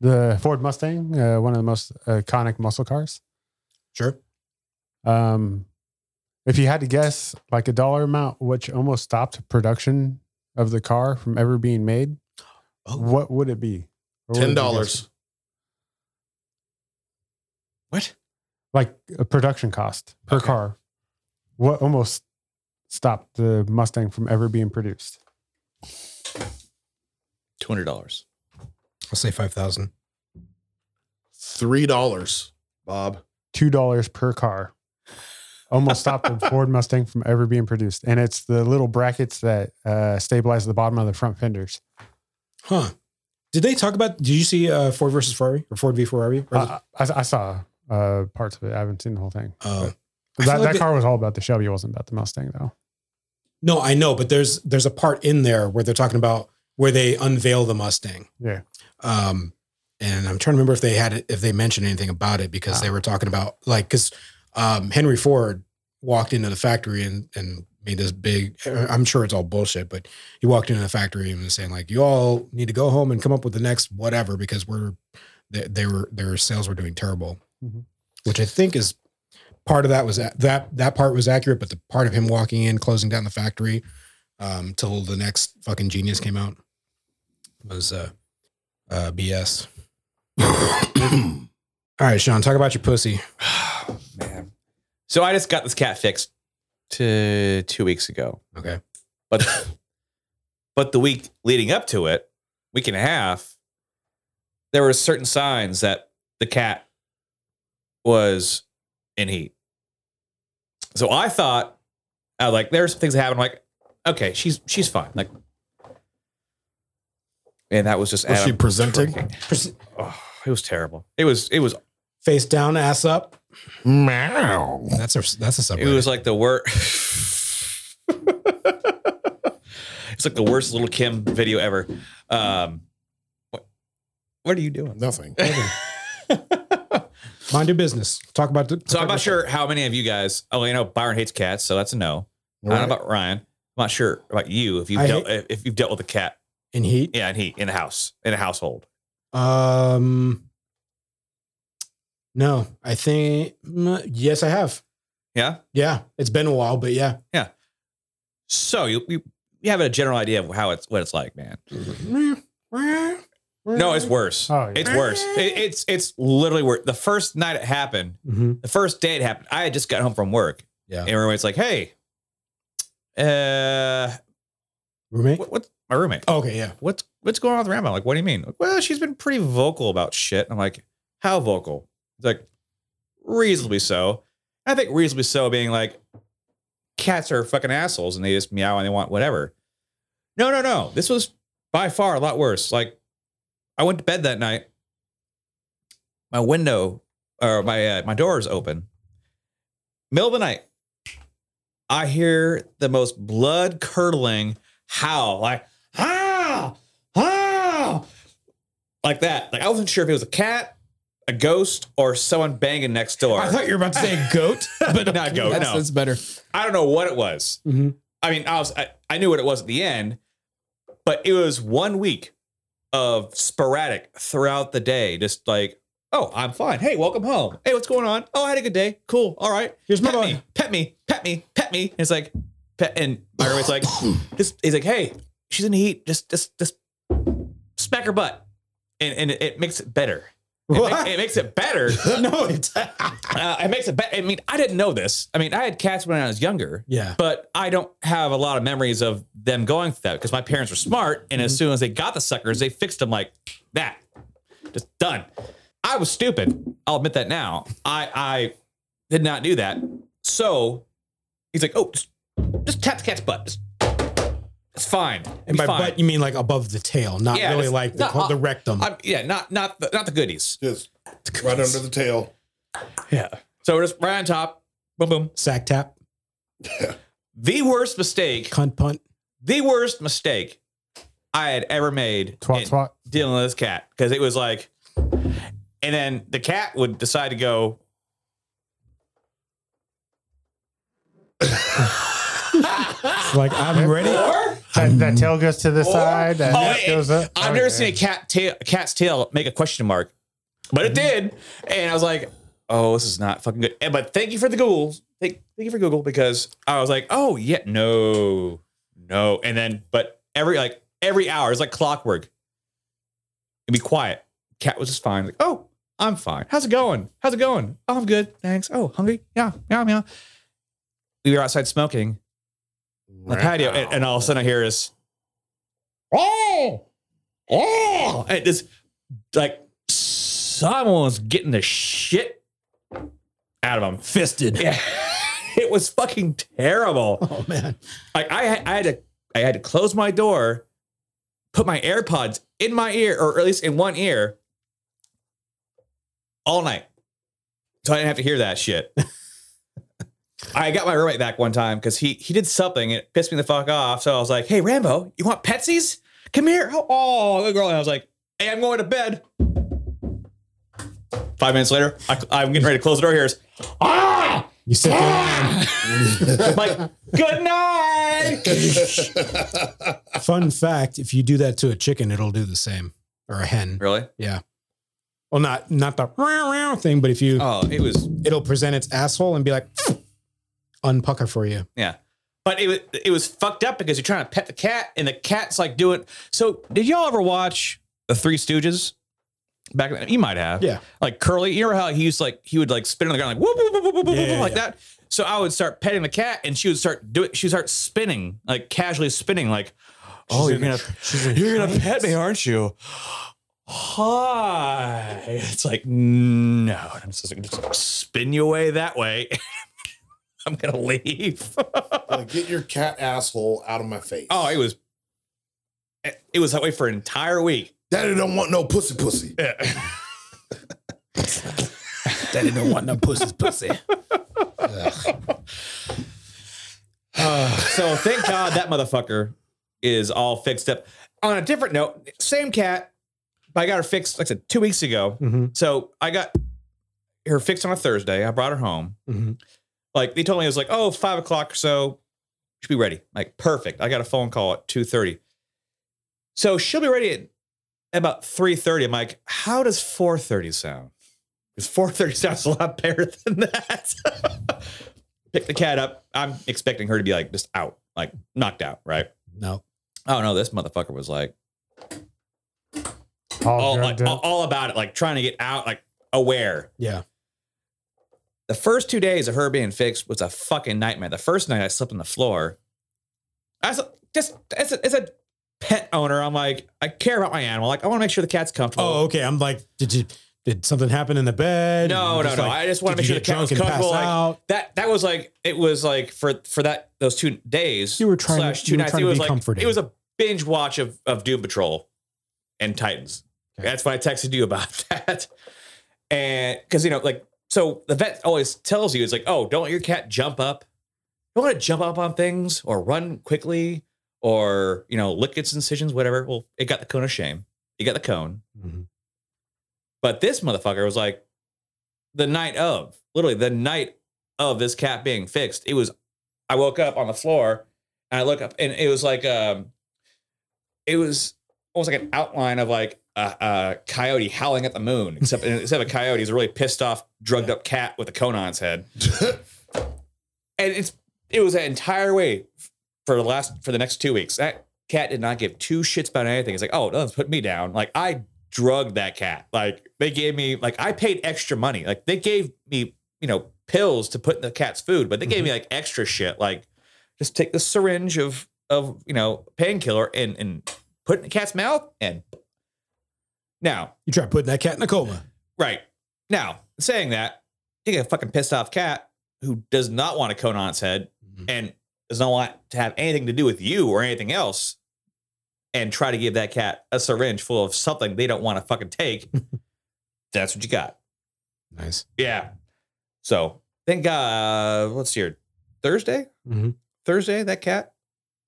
S4: the Ford Mustang, uh, one of the most iconic muscle cars.
S2: sure.
S4: Um, if you had to guess, like a dollar amount, which almost stopped production of the car from ever being made,
S2: Oh.
S4: what would it be? Or what would you
S1: Ten dollars.
S4: guess?
S3: What?
S4: like a production cost per
S3: Okay.
S4: car. What almost stopped the Mustang from ever being produced?
S3: Two hundred dollars.
S2: I'll say five thousand.
S1: Three dollars, Bob.
S4: two dollars per car. Almost stopped the Ford Mustang from ever being produced, and it's the little brackets that uh, stabilize the bottom of the front fenders.
S2: Huh. Did they talk about? Did you see uh, Ford versus Ferrari or Ford v Ferrari? Or
S4: I, I, I saw uh, parts of it. I haven't seen the whole thing.
S2: the- uh, I feel
S4: That,
S2: like
S4: that
S2: they-
S4: car was all about the Chevy. It wasn't about the Mustang though.
S2: no, I know, but there's there's a part in there where they're talking about where they unveil the Mustang.
S4: Yeah.
S2: Um, and I'm trying to remember if they had it, if they mentioned anything about it because
S4: Ah.
S2: they were talking about like because um, Henry Ford walked into the factory and and made this big. I'm sure it's all bullshit, but he walked into the factory and was saying like, "You all need to go home and come up with the next whatever because we're they, they were their sales were doing terrible,"
S4: Mhm.
S2: which I think is part of that was a- that that part was accurate, but the part of him walking in closing down the factory um, till the next fucking genius came out was uh, uh, BS. All right, Sean, talk about your pussy.
S3: Man. So I just got this cat fixed to two weeks ago,
S2: Okay.
S3: but but the week leading up to it, week and a half, there were certain signs that the cat was in heat. So I thought, I was like, there are some things that happen. Like, okay, she's she's fine. Like, and that was just
S1: Was she
S3: Adam
S1: presenting?
S3: drinking. Oh, it was terrible. It was it was
S2: Face down, ass up.
S1: Meow.
S2: That's a that's a subreddit.
S3: It was like the worst. it's like the worst little Kim video ever. Um, what, what are you doing?
S1: Nothing.
S2: Mind your business. Talk about the
S3: So I'm not sure how many of you guys. Oh, you know Byron hates cats, so that's a no. I don't know about Ryan. I'm not sure about you if you've
S2: I
S3: dealt, if you've dealt with a cat.
S2: in heat.
S3: Yeah, and he in a house in a household.
S2: Um. No, I think mm, yes, I have.
S3: Yeah.
S2: Yeah, it's been a while, but yeah,
S3: So you you, you have a general idea of how it's what it's like, man. No, it's worse.
S4: Oh, yeah.
S3: It's worse. It, it's it's literally worse. The first night it happened,
S2: Mhm.
S3: the first day it happened, I had just got home from work.
S2: Yeah.
S3: And everybody's like, hey, uh,
S2: roommate.
S3: what, what's my roommate? oh,
S2: Okay, yeah.
S3: What's what's going on with Rambo? I'm like, what do you mean? Like, well, she's been pretty vocal about shit. I'm like, how vocal? He's like, reasonably so. I think reasonably so being like, cats are fucking assholes and they just meow and they want whatever. No, no, no. This was by far a lot worse. Like, I went to bed that night. My window or my uh, my door is open. Middle of the night, I hear the most blood curdling howl, like howl, howl, like that. Like I wasn't sure if it was a cat, a ghost, or someone banging next door.
S2: I thought you were about to say goat, but
S3: Not goat,
S2: That's,
S3: no.
S2: that's better.
S3: I don't know what it was.
S2: Mhm.
S3: I mean, I was I, I knew what it was at the end, but it was one week of sporadic throughout the day, just like, oh, I'm fine. Hey, welcome home. Hey, what's going on? Oh, I had a good day. Cool. All right.
S2: Here's my
S3: Pet
S2: bone.
S3: me, pet me, pet me, pet me. And it's like, pet, and my roommate's like, just he's like, hey, she's in heat. Just, just, just smack her butt, and and it, it makes it better. It, ma-
S2: What?
S3: it makes it better.
S2: no, it's
S3: Uh, it makes it better. I mean, I didn't know this. I mean, I had cats when I was younger
S2: yeah.
S3: but I don't have a lot of memories of them going through that because my parents were smart, and
S2: Mm-hmm.
S3: as soon as they got the suckers, they fixed them like that, just done. I was stupid. I'll admit that now. I I did not do that. So he's like, oh, just, just tap the cat's butt. Just, it's fine.
S2: And by
S3: Be fine.
S2: butt, you mean like above the tail, not
S3: Yeah,
S2: really
S3: it's-
S2: like the,
S3: no,
S2: the rectum.
S3: I'm, yeah, not not the, not the goodies.
S1: Just right under the tail.
S3: Yeah. So we're just right on top. Boom boom.
S2: Sack tap,
S3: The worst mistake.
S2: cunt punt.
S3: The worst mistake I had ever made.
S4: Twat
S3: in-
S4: twat.
S3: dealing with this cat because it was like, and then the cat would decide to go.
S2: It's like I'm ready.
S4: That, that tail goes to the side. That
S3: Oh,
S4: neck
S3: it-
S4: goes up.
S3: I've
S4: Oh,
S3: never
S4: yeah.
S3: seen a cat tail, cat's tail make a question mark, but it did, and I was like, "Oh, this is not fucking good." And- But thank you for the Google. Thank, thank you for Google because I was like, "Oh yeah, no, no," and then but every like every hour it's like clockwork. It'd be quiet. Cat was just fine. Like, oh, I'm fine. How's it going? How's it going? Oh, I'm good. Thanks. Oh, hungry? Yeah, meow, meow. We were outside smoking on the patio, eh. and, and all of a sudden I hear this, oh, oh, and it's like someone's getting the shit out of him.
S5: Fisted.
S3: Yeah, it was fucking terrible.
S5: Oh man.
S3: Like I, I had to, I had to close my door, put my AirPods in my ear, or at least in one ear, all night, so I didn't have to hear that shit. I got my roommate back one time because he he did something and it pissed me the fuck off. So I was like, "Hey Rambo, you want Petsies? Come here." Oh, oh good girl. And I was like, "Hey, I'm going to bed." Five minutes later, I, I'm getting ready to close the door. Here's ah.
S2: You sit there.
S3: I'm like, good night.
S2: Fun fact: If you do that to a chicken, it'll do the same, or a hen.
S3: Really?
S2: Yeah. Well, not not the meow, meow thing, but if you,
S3: Oh, it was
S2: it'll present its asshole and be like, unpucker for you.
S3: yeah. But it was it was fucked up because you're trying to pet the cat and the cat's like doing. So did y'all ever watch the Three Stooges? Back in the, you might have
S2: Yeah.
S3: like Curly. You know how he used to, like he would like spin on the ground like whoop whoop whoop whoop whoop, whoop
S2: Yeah, yeah,
S3: like
S2: yeah.
S3: that. So I would start petting the cat and she would start do it. She would start spinning like casually spinning like. Oh, you're gonna you're gonna pet me, aren't you? Hi. It's like no, I'm just gonna just spin you away that way. I'm gonna leave.
S1: Like, get your cat asshole out of my face.
S3: Oh, it was it was that way for an entire week.
S1: Daddy don't want no pussy pussy.
S5: Daddy don't want no pussy's pussy.
S3: So thank God that motherfucker is all fixed up. On a different note, same cat, but I got her fixed, like I said, two weeks ago.
S2: Mhm.
S3: So I got her fixed on a Thursday. I brought her home.
S2: Mhm.
S3: Like they told me it was like, oh, five o'clock or so. She'll be ready. Like, perfect. I got a phone call at 2:30. So she'll be ready at about 3:30. I'm like, how does 4:30 sound? Because 4:30 sounds a lot better than that. Pick the cat up. I'm expecting her to be like just out, like knocked out, right?
S2: No.
S3: Oh no, this motherfucker was like
S4: All
S3: all,
S4: drugged
S3: like, all,
S4: up.
S3: all about it, like trying to get out, like aware.
S2: Yeah.
S3: The first two days of her being fixed was a fucking nightmare. The first night I slept on the floor. I was just as a, as a pet owner, I'm like, I care about my animal. Like, I want to make sure the cat's comfortable.
S2: Oh, okay. I'm like, did you? Did something happen in the bed?
S3: no,
S2: And
S3: no,
S2: just
S3: no.
S2: like,
S3: I just want to
S2: did
S3: make
S2: you get
S3: sure the cat was
S2: drunk and pass
S3: comfortable. Like,
S2: out?
S3: that that was like it was like for for that those two days
S2: You were trying to-
S3: slash
S2: you
S3: two
S2: were
S3: nights
S2: trying
S3: it
S2: to
S3: was
S2: be
S3: like
S2: comforting.
S3: it was a binge watch of of Doom Patrol and Titans. That's why I texted you about that, and because you know like so the vet always tells you it's like oh don't let your cat jump up, don't want to jump up on things or run quickly or you know lick its incisions whatever. Well, it got the cone of shame. It got the cone.
S2: Mhm.
S3: But this motherfucker was like the night of, literally the night of this cat being fixed. It was, I woke up on the floor and I look up and it was like, um, it was almost like an outline of like a, a coyote howling at the moon, except instead of a coyote, it's a really pissed off, drugged up cat with a cone on its head. And it's, it was that entire way for the last, for the next two weeks. That cat did not give two shits about anything. It's like, oh, no, it's put me down. Like I drugged that cat. Like they gave me like I paid extra money. Like they gave me, you know, pills to put in the cat's food, but they gave me like extra shit. Like just take the syringe of of you know painkiller and and put it in the cat's mouth and now
S2: You try putting that cat in a coma.
S3: right now saying that you get a fucking pissed off cat who does not want a cone on its head
S2: Mm-hmm.
S3: and does not want to have anything to do with you or anything else and try to give that cat a syringe full of something they don't want to fucking take that's what you got
S2: Nice.
S3: yeah. So thank God. Let's see here. Thursday,
S2: Mhm.
S3: Thursday, that cat,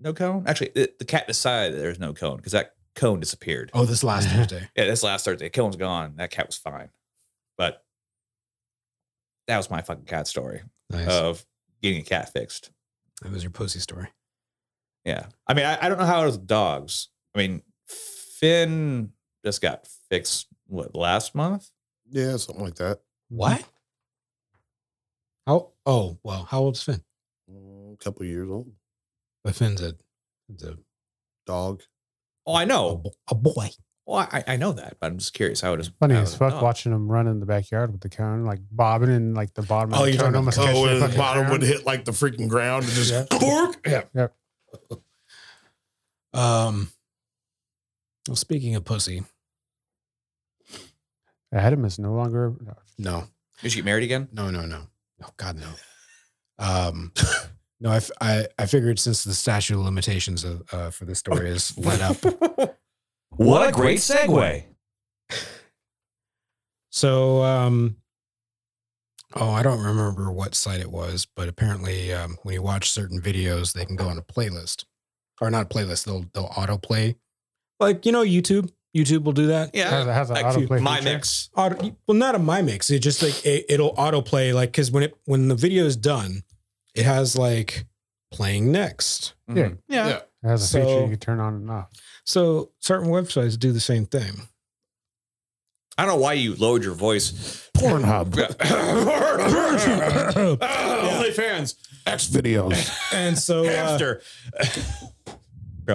S3: no cone. Actually, the, the cat decided that there's no cone because that cone disappeared.
S2: Oh, this last Thursday.
S3: Yeah, this last Thursday, cone's gone. That cat was fine, but that was my fucking cat story
S2: Nice.
S3: Oh. of getting a cat fixed.
S2: That was your pussy story.
S3: Yeah. I mean, I, I don't know how it was with dogs. I mean, Finn just got fixed, what, last month?
S1: Yeah, something like that.
S2: What? Mm-hmm. How? Oh, well, how old's Finn?
S1: Mm, couple years old.
S2: But Finn's a, Finn's a,
S1: Dog.
S3: Oh, I
S2: a,
S3: know.
S2: bo- a boy.
S3: Well, I, I know that, but I'm just curious how it is.
S4: Funny
S3: how it
S4: as
S3: is
S4: fuck
S3: dog.
S4: watching him run in the backyard with the cone, like bobbing in like the bottom.
S2: Oh,
S4: of the
S2: you're talking
S4: cone,
S2: about
S4: almost
S2: the
S4: catching
S1: Oh,
S4: the
S1: and the
S4: fucking
S1: bottom
S4: ground.
S1: would hit like the freaking ground and just bork. Yeah.
S2: Um, well, speaking of pussy,
S4: Adam is no longer. uh, no.
S2: no,
S3: Did she get married again?
S2: no, no, no, no, God, no. Um, no, I, f- I, I figured since the statute of limitations of, uh, for this story is let up.
S6: What a great segue.
S2: So, um, oh, I don't remember what site it was, but apparently, um, when you watch certain videos, they can go on a playlist, or not a playlist. They'll they'll autoplay, like you know, YouTube. YouTube will do that.
S4: How's,
S3: Yeah.
S4: how's an
S3: Like
S4: autoplay? feature?
S3: My mix.
S2: auto, well not on my mix it just like it, it'll autoplay like because when it when the video is done it has like playing next
S4: Yeah.
S3: Mhm.
S1: Yeah.
S4: It has a
S2: So-
S4: feature you can turn on and off.
S2: so certain websites do the same thing
S3: I don't know why you lowered your voice.
S1: Pornhub.
S3: Only fans.
S1: X videos.
S2: and so uh,
S3: Hamster. Apparently,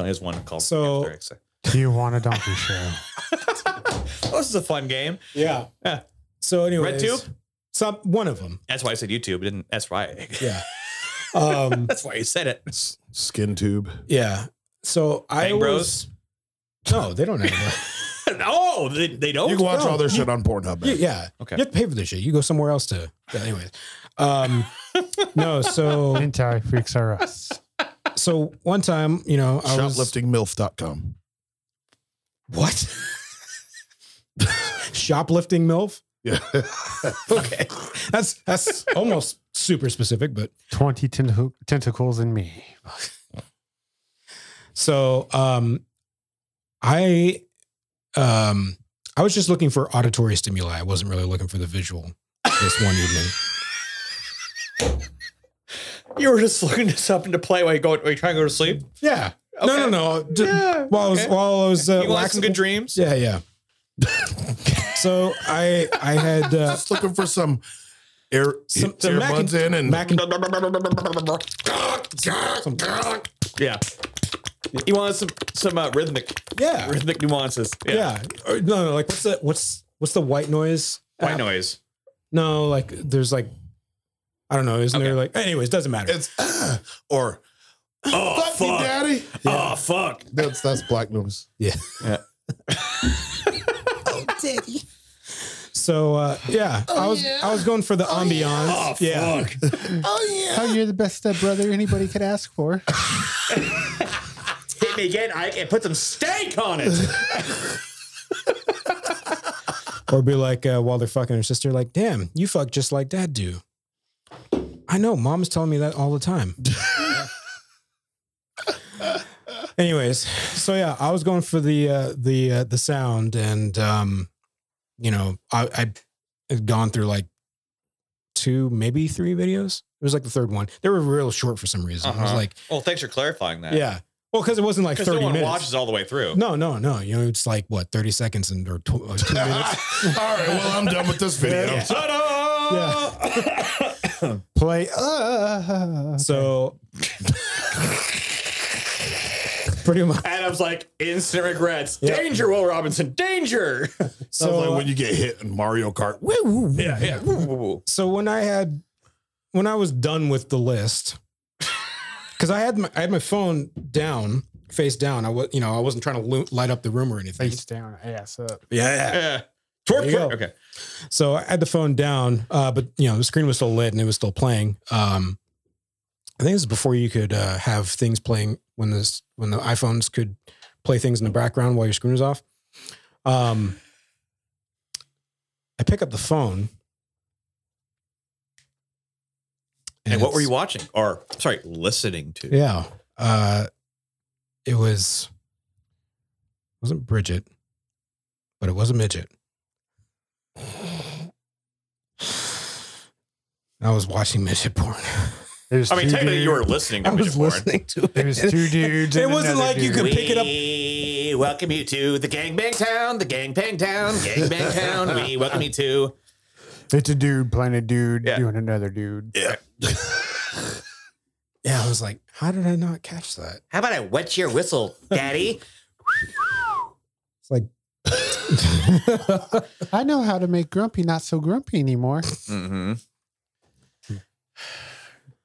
S3: there's one called
S2: So-
S3: Hamster.
S4: Do you want a donkey show?
S3: Oh, this is a fun game.
S2: yeah
S3: Yeah.
S2: so anyway
S3: RedTube?
S2: some one of them
S3: That's why I said YouTube. Didn't that's right.
S2: yeah um
S3: That's why you said it.
S1: Skin tube.
S2: yeah so i
S3: Bang
S2: was
S3: Bros.
S2: no they don't have that.
S3: oh, they, they don't.
S1: You can watch
S2: no.
S1: all their shit on Pornhub.
S2: Yeah,
S1: man.
S2: yeah
S3: okay.
S2: you have to pay for this shit you go somewhere else to yeah, anyways um no so
S4: Hentai freaks are us.
S2: so one time you know i was
S1: Shopliftingmilf.com.
S2: What? Shoplifting MILF?
S1: Yeah.
S2: Okay. That's that's almost super specific, but
S4: 20 tentac- tentacles in me.
S2: so um I um I was just looking for auditory stimuli. I wasn't really looking for the visual this one evening.
S3: You were just looking this up into play while you go. Are you trying to go to sleep?
S2: Yeah. No, no, no. D-
S3: Yeah,
S2: While I was
S3: okay.
S2: while I was uh,
S3: you want
S2: waxing
S3: some good dreams?
S2: Yeah, yeah. so I I had uh,
S1: Just looking for some air
S2: Some- some mac
S1: earbuds in and
S2: mac and
S3: Yeah. You want some some uh, rhythmic
S2: yeah.
S3: rhythmic nuances?
S2: yeah. Or, no, no, like what's the what's what's the white noise?
S3: White
S2: app?
S3: noise.
S2: No, like there's like I don't know, isn't there like anyways, doesn't matter.
S1: it's "Ah," or
S3: Oh
S1: fuck, me daddy.
S3: Oh fuck.
S1: That's that's black news.
S2: so uh yeah, I was I was going for the ambiance. yeah.
S4: Oh, you're the best stepbrother anybody could ask for.
S3: Hit me again. I can put some steak on it.
S2: Or be like uh, while they're fucking her sister, like, damn, you fuck just like dad do. I know, mom's telling me that all the time. Anyways, so yeah, I was going for the uh, the uh, the sound, and um, you know, I I had gone through like two, maybe three videos. It was like the third one. They were real short for some reason. I was
S3: Uh-huh.
S2: like,
S3: well, thanks for clarifying that.
S2: yeah, well, because it wasn't like
S3: Because no
S2: thirty
S3: one
S2: minutes.
S3: watches all the way through.
S2: No, no, no. You know, it's like what thirty seconds and or tw- uh, two
S1: all
S2: minutes.
S1: right, well I'm done with this video.
S2: Yeah.
S3: Ta-da!
S4: Play. Uh,
S2: So pretty much.
S3: Adam's like instant regrets.
S2: Yeah.
S3: Danger, Will Robinson. Danger.
S1: Sounds
S2: So
S1: like when you get hit in Mario Kart. Woo,
S3: yeah, yeah. Woo, woo, woo.
S2: so when I had when I was done with the list, because I had my I had my phone down, face down. I was you know I wasn't trying to lo- light up the room or anything.
S4: face down, ass up.
S2: Yeah.
S3: Yeah. Twerk,
S2: There you
S3: twerk.
S2: go.
S3: Okay.
S2: So I had the phone down, uh, but you know the screen was still lit and it was still playing. Um, I think this is before you could uh, have things playing when this when the iPhones could play things in the background while your screen was off. Um, I pick up the phone.
S3: And, what
S2: it's-
S3: were you watching? Or sorry, listening to?
S2: Yeah. Uh, it was wasn't Bridget, but it was a midget. I was watching midget porn.
S4: It was
S3: I mean,
S4: two
S3: technically, you were
S4: dudes-
S3: listening to
S7: I
S3: me
S7: was
S3: before.
S7: listening to it.
S4: It was two dudes.
S2: It
S4: and
S2: wasn't
S4: another
S2: like you
S4: dude.
S2: could pick it up.
S3: We welcome you to the gangbang town, the gangbang town, gangbang town. We welcome you to.
S4: It's a dude playing a dude
S3: Yeah.
S4: doing another dude.
S2: Yeah, I was like, how did I not catch that?
S3: How about I wet your whistle, Daddy?
S2: It's like
S4: I know how to make Grumpy not so grumpy anymore.
S3: Mm-hmm.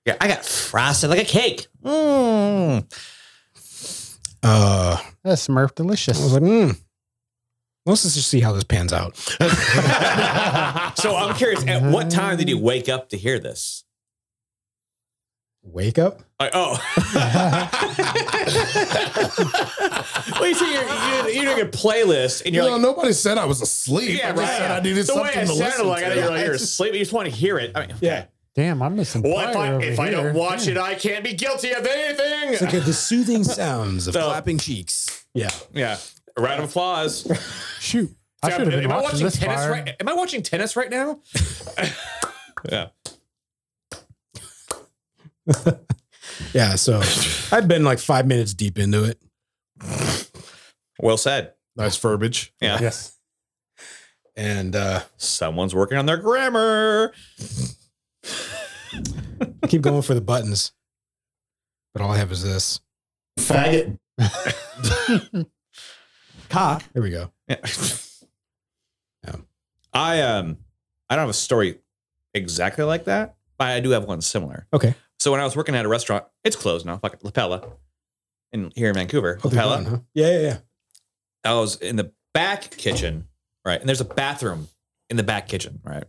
S3: Yeah, I got frosted like a cake. Mm.
S2: uh
S4: That's Smurf delicious.
S2: I was like, hmm. Let's just see how this pans out.
S3: So I'm curious, at what time did you wake up to hear this?
S2: Wake up.
S3: Like, oh. well, you see, you're, you're, you're doing a playlist and
S1: You
S3: you're
S1: know,
S3: like,
S1: nobody said I was asleep. I
S3: yeah,
S1: just
S3: right.
S1: said I needed
S3: the way
S1: something
S3: it
S1: to
S3: sounded
S1: listen
S3: like, I
S1: to.
S3: didn't really hear asleep. You just want to hear it. I mean,
S2: Yeah.
S4: Damn, I'm missing.
S3: Well, if
S4: fire
S3: I,
S4: over
S3: if I
S4: here.
S3: don't watch
S4: Damn.
S3: it, I can't be guilty of
S2: It's
S3: anything.
S2: like the soothing sounds of
S3: So-
S2: clapping cheeks. Yeah.
S3: Yeah. A round of applause.
S4: shoot, I
S3: Yeah,
S4: should have been
S3: am I
S4: watching,
S3: watching
S4: this
S3: tennis
S4: fire.
S3: right? Am I watching tennis right now? yeah.
S2: Yeah. So I'd been like five minutes deep into it.
S3: Well said.
S1: Nice verbiage.
S3: Yeah.
S4: Yes,
S2: And uh
S3: Someone's working on their grammar.
S2: keep going for the buttons. But all I have is this.
S7: Faggot.
S2: Cock. Here we go. Oh,
S3: Yeah.
S2: Yeah.
S3: I um I don't have a story exactly like that, but I do have one similar.
S2: Okay.
S3: So when I was working at a restaurant, it's closed now, fuck it, Lapella. In here in Vancouver.
S2: Oh, they're
S3: Lapella.
S2: gone, huh? Yeah, yeah, yeah.
S3: I was in the back kitchen, right? And there's a bathroom in the back kitchen, right?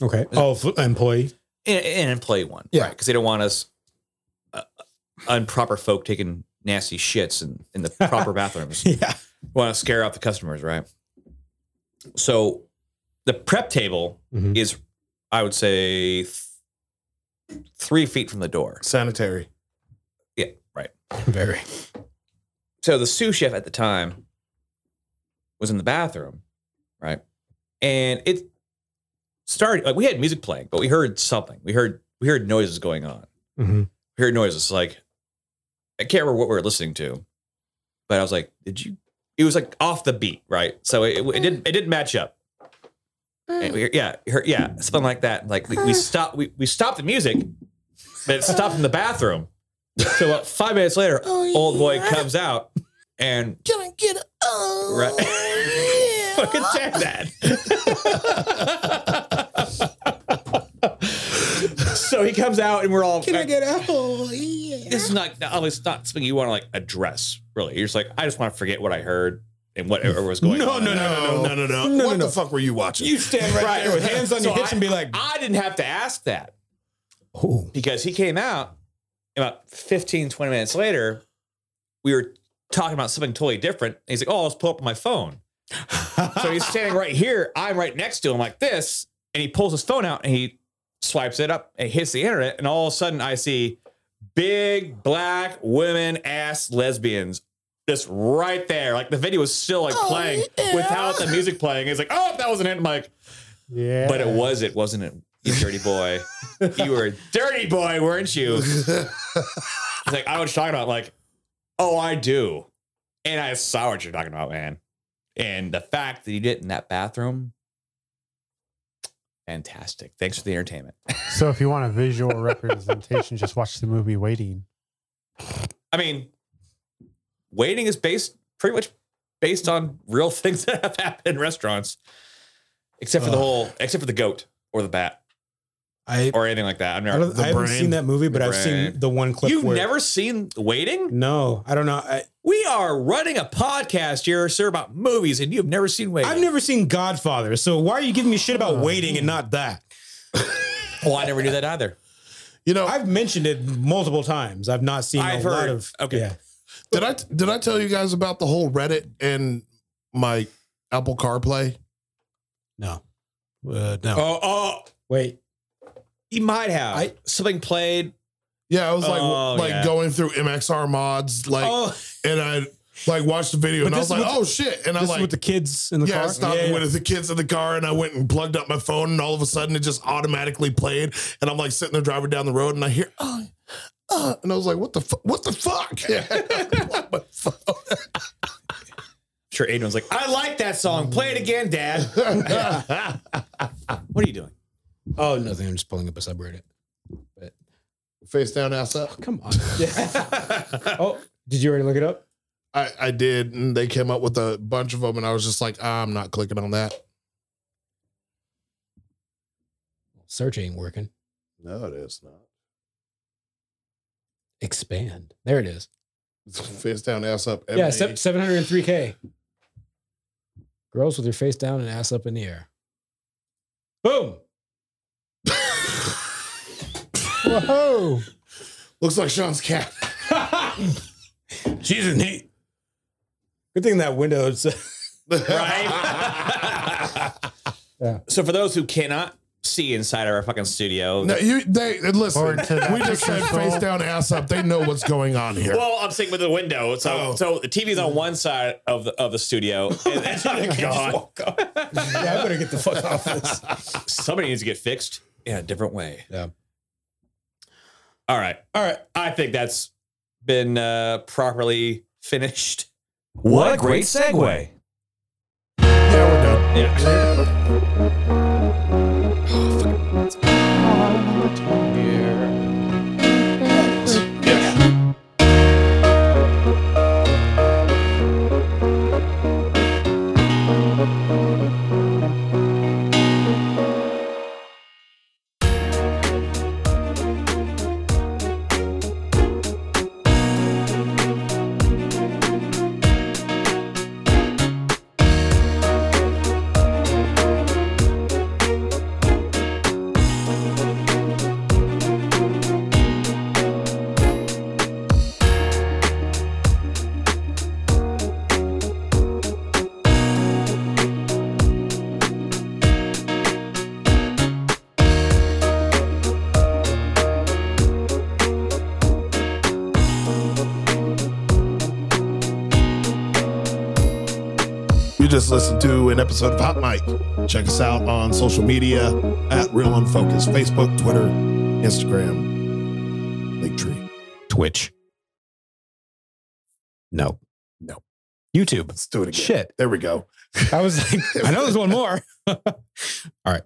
S2: Okay. Oh, f- employee.
S3: And, and employee one,
S2: Yeah.
S3: right? Because they don't want us uh, improper folk taking nasty shits in, in the proper bathrooms.
S2: Yeah.
S3: want to scare off the customers, right? So the prep table
S2: Mhm.
S3: is, I would say, th- three feet from the door.
S1: Sanitary.
S3: Yeah, right.
S2: Very.
S3: So the sous chef at the time was in the bathroom, right? And it started like we had music playing, but we heard something. We heard we heard noises going on.
S2: Mhm.
S3: We heard noises like I can't remember what we were listening to, but I was like, "Did you?" It was like off the beat, right? So it, it didn't it didn't match up. And we- yeah, her- yeah, something like that. Like we, we stopped we, we stopped the music, but it stopped in the bathroom. So about five minutes later, old boy comes out and
S7: Oh, Can I get a oh,
S3: Right. fucking said that. so he comes out and we're all
S7: Can I get a oh, yeah.
S3: this is not obviously not something you want to like address really. You're just like I just want to forget what I heard and whatever was going
S1: No,
S3: on.
S1: no, no, no, no, no, no,
S2: No,
S1: no.
S2: no,
S1: What
S2: no.
S1: the fuck were you watching?
S2: stand
S3: Right. So I-
S2: like,
S3: I didn't have to ask that
S2: oh,
S3: because he came out about 15, 20 minutes later. We were talking about something totally different. And he's like, "Oh, let's pull up my phone." so he's standing right here. I'm right next to him like this, and he pulls his phone out and he swipes it up and hits the internet. And all of a sudden, I see big black women ass lesbians just right there. Like the video was still like playing without the music playing. He's like, "Oh, that wasn't it." I'm like,
S4: yeah,
S3: but it was it, wasn't it? You dirty boy. you were a dirty boy, weren't you? It's like I was talking about like, oh, I do. And I saw what you're talking about, man. And the fact that you did it in that bathroom, fantastic. Thanks for the entertainment.
S4: So if you want a visual representation, just watch the movie Waiting.
S3: I mean, waiting is based pretty much based on real things that have happened in restaurants. Except for the
S2: Ugh.
S3: whole except for the goat or the bat
S2: I,
S3: or anything like that. I've
S2: I,
S3: never
S2: don't, I haven't
S1: brain.
S2: seen that movie, but
S3: The
S2: I've seen
S3: brain.
S2: the one clip.
S3: You've
S2: where-
S3: never seen Waiting?
S2: No, I don't know. I,
S3: We are running a podcast here, sir, about movies, and you've never seen Waiting.
S2: I've never seen Godfather, so why are you giving me shit about
S3: Oh.
S2: waiting and not that?
S3: well, Oh, I never knew that either.
S1: You know,
S2: I've mentioned it multiple times. I've not seen
S3: I've
S2: a lot
S3: heard.
S2: of.
S3: Okay.
S2: yeah.
S1: did I did I tell you guys about the whole Reddit and my Apple CarPlay?
S2: no, uh, no.
S3: Oh, oh,
S2: Wait,
S3: you might have
S2: I-
S3: something played.
S1: Yeah, I was like w-
S3: Oh,
S1: like
S3: yeah.
S1: going through MXR mods, like,
S2: oh,
S1: and I like watched the video
S2: But
S1: and I
S2: this
S1: was
S2: is
S1: like,
S2: what the-
S1: oh shit. And I
S2: this
S1: like,
S2: is with the kids in the
S1: yeah,
S2: car.
S1: I stopped
S2: Yeah, yeah.
S1: with the kids in the car and I went and plugged up my phone and all of a sudden it just automatically played. And I'm like sitting there driving down the road and I hear, oh, uh, and I was like, what the fuck? What the fuck? Yeah. What the fuck?
S3: sure Adrian's like, I like that song. Play it again, Dad. what are you doing?
S2: Oh, nothing. I'm just pulling up a subreddit.
S1: Face down, ass up.
S2: Come on. oh, did you already look it up?
S1: I, I did. And they came up with a bunch of them and I was just like, "Ah, I'm not clicking on that.
S2: Search ain't working.
S1: No, it is not.
S2: Expand. There it is.
S1: Face down, ass up.
S2: Yeah, se- 703K. Girls with their face down and ass up in the air. Boom. Whoa.
S1: Looks like Sean's cat.
S2: She's a neat. Good thing that window's.
S3: Right? So for those who cannot see inside our fucking studio,
S1: No, you they listen.
S4: Forward to that
S1: We just said
S4: picture,
S1: face
S4: Cole.
S1: down, ass up. They know what's going on here.
S3: well, I'm sitting with the window, so
S1: Oh.
S3: so the TV's on one side of the of the studio. And, and God.
S2: yeah, I better get the fuck off this.
S3: somebody needs to get fixed in a different way.
S2: Yeah.
S3: All right. All right. I think that's been uh, properly finished.
S8: What a great segue.
S1: yeah, we're done. You just listened to an episode of Hot Mic. Check us out on social media at Real Unfocused, Facebook, Twitter, Instagram, Linktree.
S2: Twitch. No. No. YouTube.
S1: Let's do it again.
S2: Shit.
S1: There we go.
S2: I was like, I know there's one more. All right.